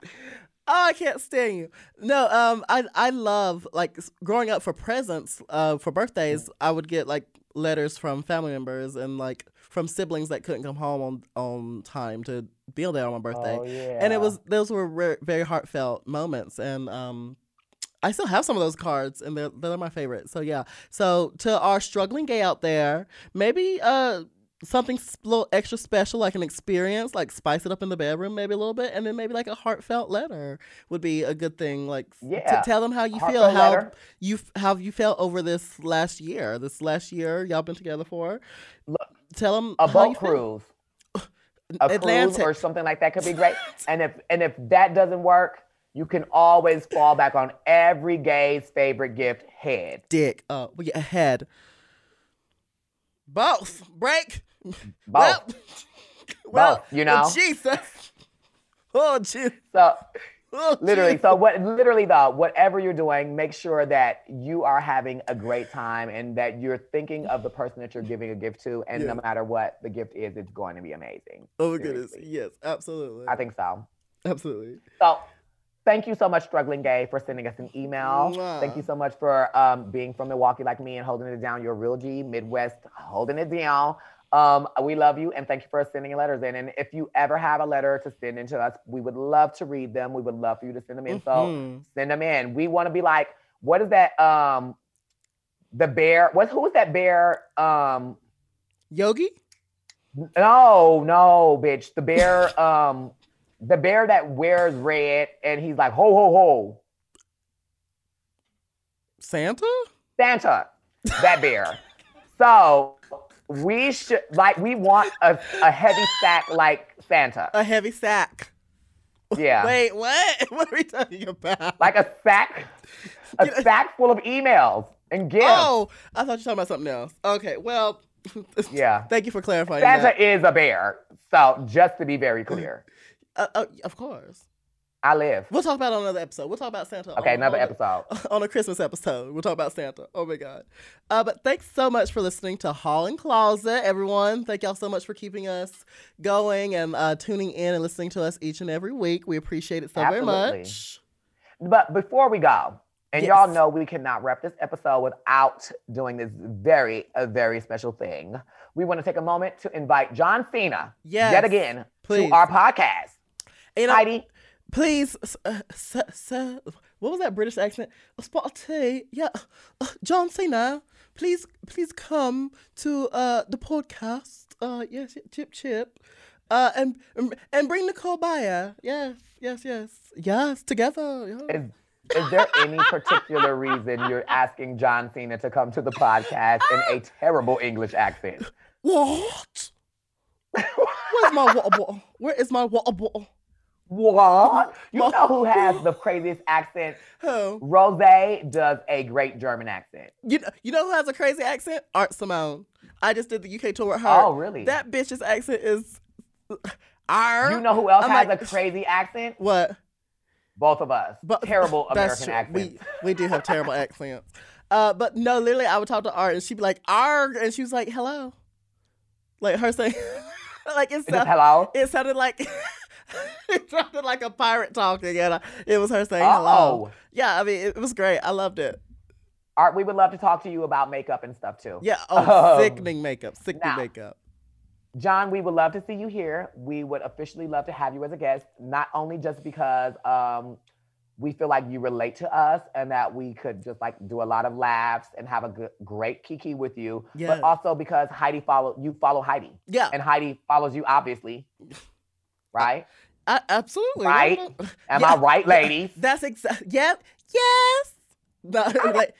[SPEAKER 1] oh, I can't stand you. No, um, I I love like s- growing up for presents, uh, for birthdays, I would get like letters from family members and like from siblings that couldn't come home on on time to be there on my birthday
[SPEAKER 2] Oh, yeah.
[SPEAKER 1] and it was those were rare, very heartfelt moments and um I still have some of those cards and they're, they're my favorite. So yeah. So to our struggling gay out there, maybe uh something s- little extra special like an experience, like spice it up in the bedroom maybe a little bit and then maybe like a heartfelt letter would be a good thing like s-
[SPEAKER 2] Yeah.
[SPEAKER 1] to tell them how you feel,
[SPEAKER 2] Heartfelt
[SPEAKER 1] how
[SPEAKER 2] letter.
[SPEAKER 1] you f- how you felt over this last year, this last year y'all been together for.
[SPEAKER 2] Look,
[SPEAKER 1] tell them how
[SPEAKER 2] a
[SPEAKER 1] you
[SPEAKER 2] boat
[SPEAKER 1] feel.
[SPEAKER 2] cruise. A
[SPEAKER 1] Atlantic.
[SPEAKER 2] cruise or something like that could be great. and if and if that doesn't work, you can always fall back on every gay's favorite gift, head.
[SPEAKER 1] dick. Uh, we ahead. Both break.
[SPEAKER 2] Both.
[SPEAKER 1] well, *laughs*
[SPEAKER 2] you know?
[SPEAKER 1] Jesus. *laughs* Oh, Jesus.
[SPEAKER 2] So
[SPEAKER 1] *laughs* Oh,
[SPEAKER 2] literally,
[SPEAKER 1] Jesus.
[SPEAKER 2] so what literally though, whatever you're doing, make sure that you are having a great time and that you're thinking of the person that you're giving a gift to. And
[SPEAKER 1] Yeah.
[SPEAKER 2] no matter what the gift is, it's going to be amazing.
[SPEAKER 1] Oh my goodness.
[SPEAKER 2] Seriously.
[SPEAKER 1] Yes, absolutely.
[SPEAKER 2] I think so.
[SPEAKER 1] absolutely.
[SPEAKER 2] So thank you so much, Struggling Gay, for sending us an email.
[SPEAKER 1] Mwah.
[SPEAKER 2] Thank you so much for um, being from Milwaukee like me and holding it down. You're a real G, Midwest, holding it down. Um, we love you and thank you for sending letters in. And if you ever have a letter to send in to us, we would love to read them. We would love for you to send them in. So
[SPEAKER 1] Mhm.
[SPEAKER 2] send them in. We want to be like, what is that? Um, the bear. What? Who is that bear? Um,
[SPEAKER 1] Yogi?
[SPEAKER 2] no, no, bitch. The bear. *laughs* um, the bear that wears red and he's like, ho ho ho,
[SPEAKER 1] Santa?
[SPEAKER 2] Santa. That bear. so we should like we want a, a heavy sack like Santa.
[SPEAKER 1] A heavy sack.
[SPEAKER 2] Yeah.
[SPEAKER 1] Wait, what? *laughs* What are we talking about?
[SPEAKER 2] like a sack, a
[SPEAKER 1] Yeah.
[SPEAKER 2] sack full of emails and gifts.
[SPEAKER 1] Oh, I thought you were talking about something else. Okay, well, *laughs*
[SPEAKER 2] yeah.
[SPEAKER 1] thank you for clarifying
[SPEAKER 2] Santa
[SPEAKER 1] that.
[SPEAKER 2] is a bear. So just to be very clear,
[SPEAKER 1] Uh, uh, of course.
[SPEAKER 2] I live.
[SPEAKER 1] We'll talk about it on another episode. We'll talk about Santa. on-
[SPEAKER 2] Okay, another
[SPEAKER 1] on a-
[SPEAKER 2] episode.
[SPEAKER 1] on a Christmas episode. We'll talk about Santa. Oh my God. Uh, but thanks so much for listening to Hall and Closet, everyone. Thank y'all so much for keeping us going and uh, tuning in and listening to us each and every week. We appreciate it so very
[SPEAKER 2] Absolutely.
[SPEAKER 1] much.
[SPEAKER 2] But before we go, and
[SPEAKER 1] Yes.
[SPEAKER 2] y'all know we cannot wrap this episode without doing this very, a very special thing. We want to take a moment to invite John Cena
[SPEAKER 1] Yes.
[SPEAKER 2] yet again
[SPEAKER 1] Please.
[SPEAKER 2] to our podcast.
[SPEAKER 1] You know,
[SPEAKER 2] Heidi,
[SPEAKER 1] please, s- uh, s- s- what was that British accent? Spot tea. Yeah. Uh, John Cena, please, please come to uh, the podcast. Uh, yes, chip, chip. Uh, and and bring Nicole Bayer. Yes, yes, yes, yes. Together. yeah.
[SPEAKER 2] is, is there any particular reason you're asking John Cena to come to the podcast in a terrible English accent?
[SPEAKER 1] What? Where's my water bottle? Where is my water bottle?
[SPEAKER 2] What? You know who has the craziest accent?
[SPEAKER 1] Who?
[SPEAKER 2] Rose does a great German accent.
[SPEAKER 1] You know, you know who has a crazy accent? Art Simone. I just did the UK tour with her.
[SPEAKER 2] Oh, really?
[SPEAKER 1] That bitch's accent is. uh, Our.
[SPEAKER 2] you know who else
[SPEAKER 1] I'm
[SPEAKER 2] has
[SPEAKER 1] like-
[SPEAKER 2] a crazy accent?
[SPEAKER 1] what?
[SPEAKER 2] Both of us.
[SPEAKER 1] But- *laughs*
[SPEAKER 2] Terrible
[SPEAKER 1] That's
[SPEAKER 2] American
[SPEAKER 1] true.
[SPEAKER 2] accent.
[SPEAKER 1] We, we do have terrible
[SPEAKER 2] *laughs*
[SPEAKER 1] accents. Uh, but no, literally, I would talk to Art and she'd be like, "Arg," and she was like, "Hello," like her saying, *laughs* like *laughs* it
[SPEAKER 2] Just
[SPEAKER 1] sounded,
[SPEAKER 2] hello.
[SPEAKER 1] it sounded like *laughs* it sounded like a pirate talking, and I, it was her saying, "Hello."
[SPEAKER 2] Oh,
[SPEAKER 1] Yeah, I mean, it was great. I loved it.
[SPEAKER 2] Art, we would love to talk to you about makeup and stuff too.
[SPEAKER 1] Yeah. Oh,
[SPEAKER 2] Um,
[SPEAKER 1] sickening makeup. Sickening
[SPEAKER 2] now.
[SPEAKER 1] makeup.
[SPEAKER 2] John, we would love to see you here. We would officially love to have you as a guest, not only just because um, we feel like you relate to us and that we could just like do a lot of laughs and have a good, great kiki with you,
[SPEAKER 1] Yes.
[SPEAKER 2] but also because Heidi follow you follow Heidi,
[SPEAKER 1] Yeah.
[SPEAKER 2] and Heidi follows
[SPEAKER 1] *laughs*
[SPEAKER 2] you obviously, right?
[SPEAKER 1] I, absolutely.
[SPEAKER 2] Right? Am I
[SPEAKER 1] Uh, Yeah.
[SPEAKER 2] right, ladies?
[SPEAKER 1] That's exactly. Yep. Yes. No, *laughs* like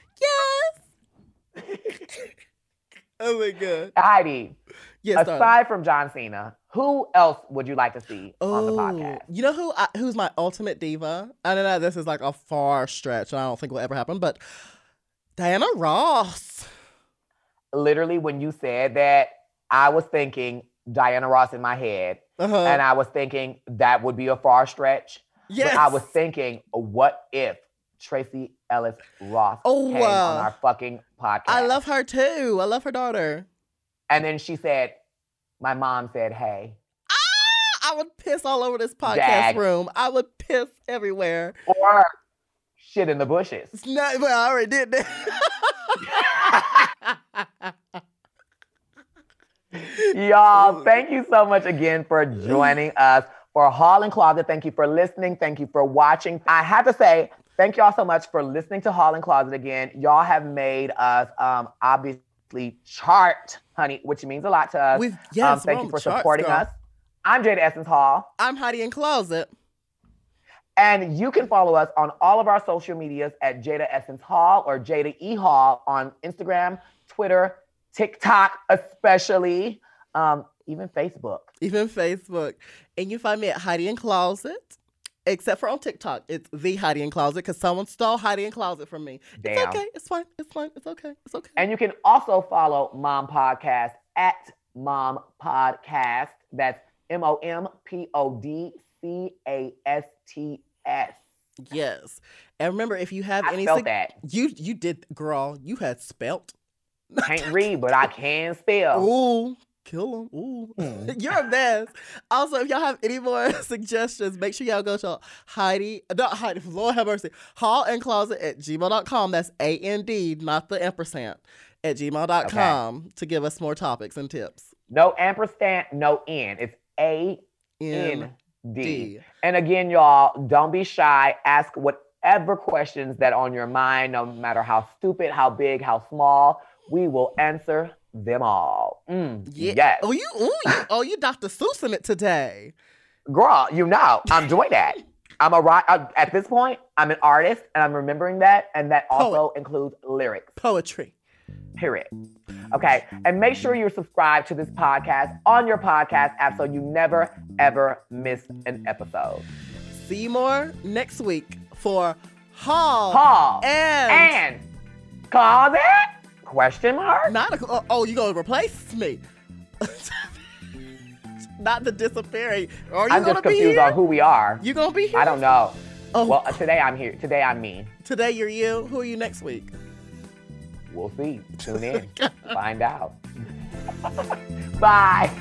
[SPEAKER 1] yes.
[SPEAKER 2] *laughs*
[SPEAKER 1] oh my god.
[SPEAKER 2] Heidi,
[SPEAKER 1] Yes. darling.
[SPEAKER 2] aside from John Cena, who else would you like to see on the
[SPEAKER 1] Ooh,
[SPEAKER 2] podcast?
[SPEAKER 1] Oh, You know who I, who's my ultimate diva? I don't know. This is like a far stretch, and I don't think will ever happen. But Diana Ross.
[SPEAKER 2] Literally, when you said that, I was thinking Diana Ross in my head.
[SPEAKER 1] Uh-huh.
[SPEAKER 2] and I was thinking that would be a far stretch.
[SPEAKER 1] yes.
[SPEAKER 2] But I was thinking, what if Tracy Ellis Ross
[SPEAKER 1] Oh,
[SPEAKER 2] came
[SPEAKER 1] wow.
[SPEAKER 2] on our fucking podcast?
[SPEAKER 1] I love her too. I love her daughter.
[SPEAKER 2] And then she said, "My mom
[SPEAKER 1] *laughs*
[SPEAKER 2] said, hey,"
[SPEAKER 1] I would piss all over this podcast
[SPEAKER 2] Dag.
[SPEAKER 1] room. I would piss everywhere.
[SPEAKER 2] or shit in the bushes.
[SPEAKER 1] It's not, well, I already did that. Oh,
[SPEAKER 2] Y'all, thank you so much again for joining us for Hall and Closet. Thank you for listening. Thank you for watching. I have to say, thank y'all so much for listening to Hall and Closet again. Y'all have made us um, obviously chart, honey, which means a lot to
[SPEAKER 1] *laughs*
[SPEAKER 2] us.
[SPEAKER 1] We've yes,
[SPEAKER 2] Um,
[SPEAKER 1] we're
[SPEAKER 2] thank
[SPEAKER 1] on
[SPEAKER 2] you
[SPEAKER 1] the
[SPEAKER 2] for
[SPEAKER 1] charts,
[SPEAKER 2] supporting
[SPEAKER 1] girl.
[SPEAKER 2] us. I'm Jade Essence Hall,
[SPEAKER 1] I'm Heidi in Closet.
[SPEAKER 2] and you can follow us on all of our social medias at Jada Essence Hall or Jada E Hall on Instagram, Twitter, TikTok, especially, um, even Facebook.
[SPEAKER 1] even Facebook. And you find me at Heidi in Closet, except for on TikTok. It's the Heidi in Closet because someone stole Heidi in Closet from me.
[SPEAKER 2] Damn.
[SPEAKER 1] It's okay. It's fine. It's fine. It's okay. It's okay.
[SPEAKER 2] And you can also follow Mom Podcast at Mom Podcast. That's M O M P O D C A S T S.
[SPEAKER 1] yes. And remember, if you have
[SPEAKER 2] I
[SPEAKER 1] any,
[SPEAKER 2] spelled
[SPEAKER 1] sug- *laughs*
[SPEAKER 2] that.
[SPEAKER 1] you you did, girl. You had spelt.
[SPEAKER 2] Can't read, but I can spell.
[SPEAKER 1] Ooh, kill them. Ooh. *laughs*
[SPEAKER 2] Hmm.
[SPEAKER 1] You're a mess. Also, if y'all have any more *laughs* suggestions, make sure y'all go to Heidi, not Heidi, Lord have mercy, hall and closet at gmail.com. That's A N D, not the ampersand, at gmail.com to give us more topics and tips.
[SPEAKER 2] No ampersand, no N. It's A
[SPEAKER 1] N
[SPEAKER 2] N D.
[SPEAKER 1] D.
[SPEAKER 2] And again, y'all, don't be shy. Ask whatever questions that on your mind, no matter how stupid, how big, how small. We will answer them all. Mm,
[SPEAKER 1] Yeah.
[SPEAKER 2] Yes.
[SPEAKER 1] Oh, you, ooh, you, oh, you Dr. Seuss in it today.
[SPEAKER 2] Girl, you know, I'm doing that. I'm a rock. At this point, I'm an artist and I'm remembering that. And that also includes lyrics.
[SPEAKER 1] Poetry.
[SPEAKER 2] period. Okay. And make sure you're subscribed to this podcast on your podcast app so you never, ever miss an episode.
[SPEAKER 1] See you more next week for Hall,
[SPEAKER 2] Paul
[SPEAKER 1] Uh, and,
[SPEAKER 2] and cause it? Question mark?
[SPEAKER 1] not a, oh, oh, you gonna replace me? *laughs* not the disappearing. Are you
[SPEAKER 2] I'm
[SPEAKER 1] gonna
[SPEAKER 2] just
[SPEAKER 1] be
[SPEAKER 2] confused
[SPEAKER 1] here?
[SPEAKER 2] on who we are.
[SPEAKER 1] you gonna be here?
[SPEAKER 2] I don't know.
[SPEAKER 1] Oh,
[SPEAKER 2] Well, uh, today I'm here. Today I'm me.
[SPEAKER 1] today you're you. Who are you next week?
[SPEAKER 2] We'll see. Tune in. Find out. *laughs* Bye.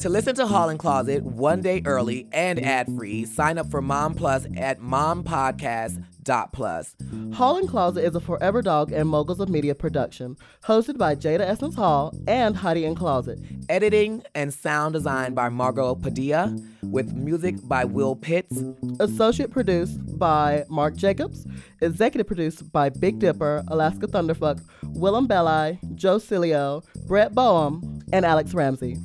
[SPEAKER 4] To listen to Hall and Closet one day early and ad free, sign up for Mom Plus at mompodcast.plus.
[SPEAKER 1] Hall and Closet is a Forever Dog and Moguls of Media production, hosted by Jada Essence Hall and Heidi and Closet.
[SPEAKER 4] Editing and sound design by Margot Padilla, with music by Will Pitts.
[SPEAKER 1] Associate produced by Mark Jacobs. Executive produced by Big Dipper, Alaska Thunderfuck, Willem Belli, Joe Cilio, Brett Boehm, and Alex Ramsey.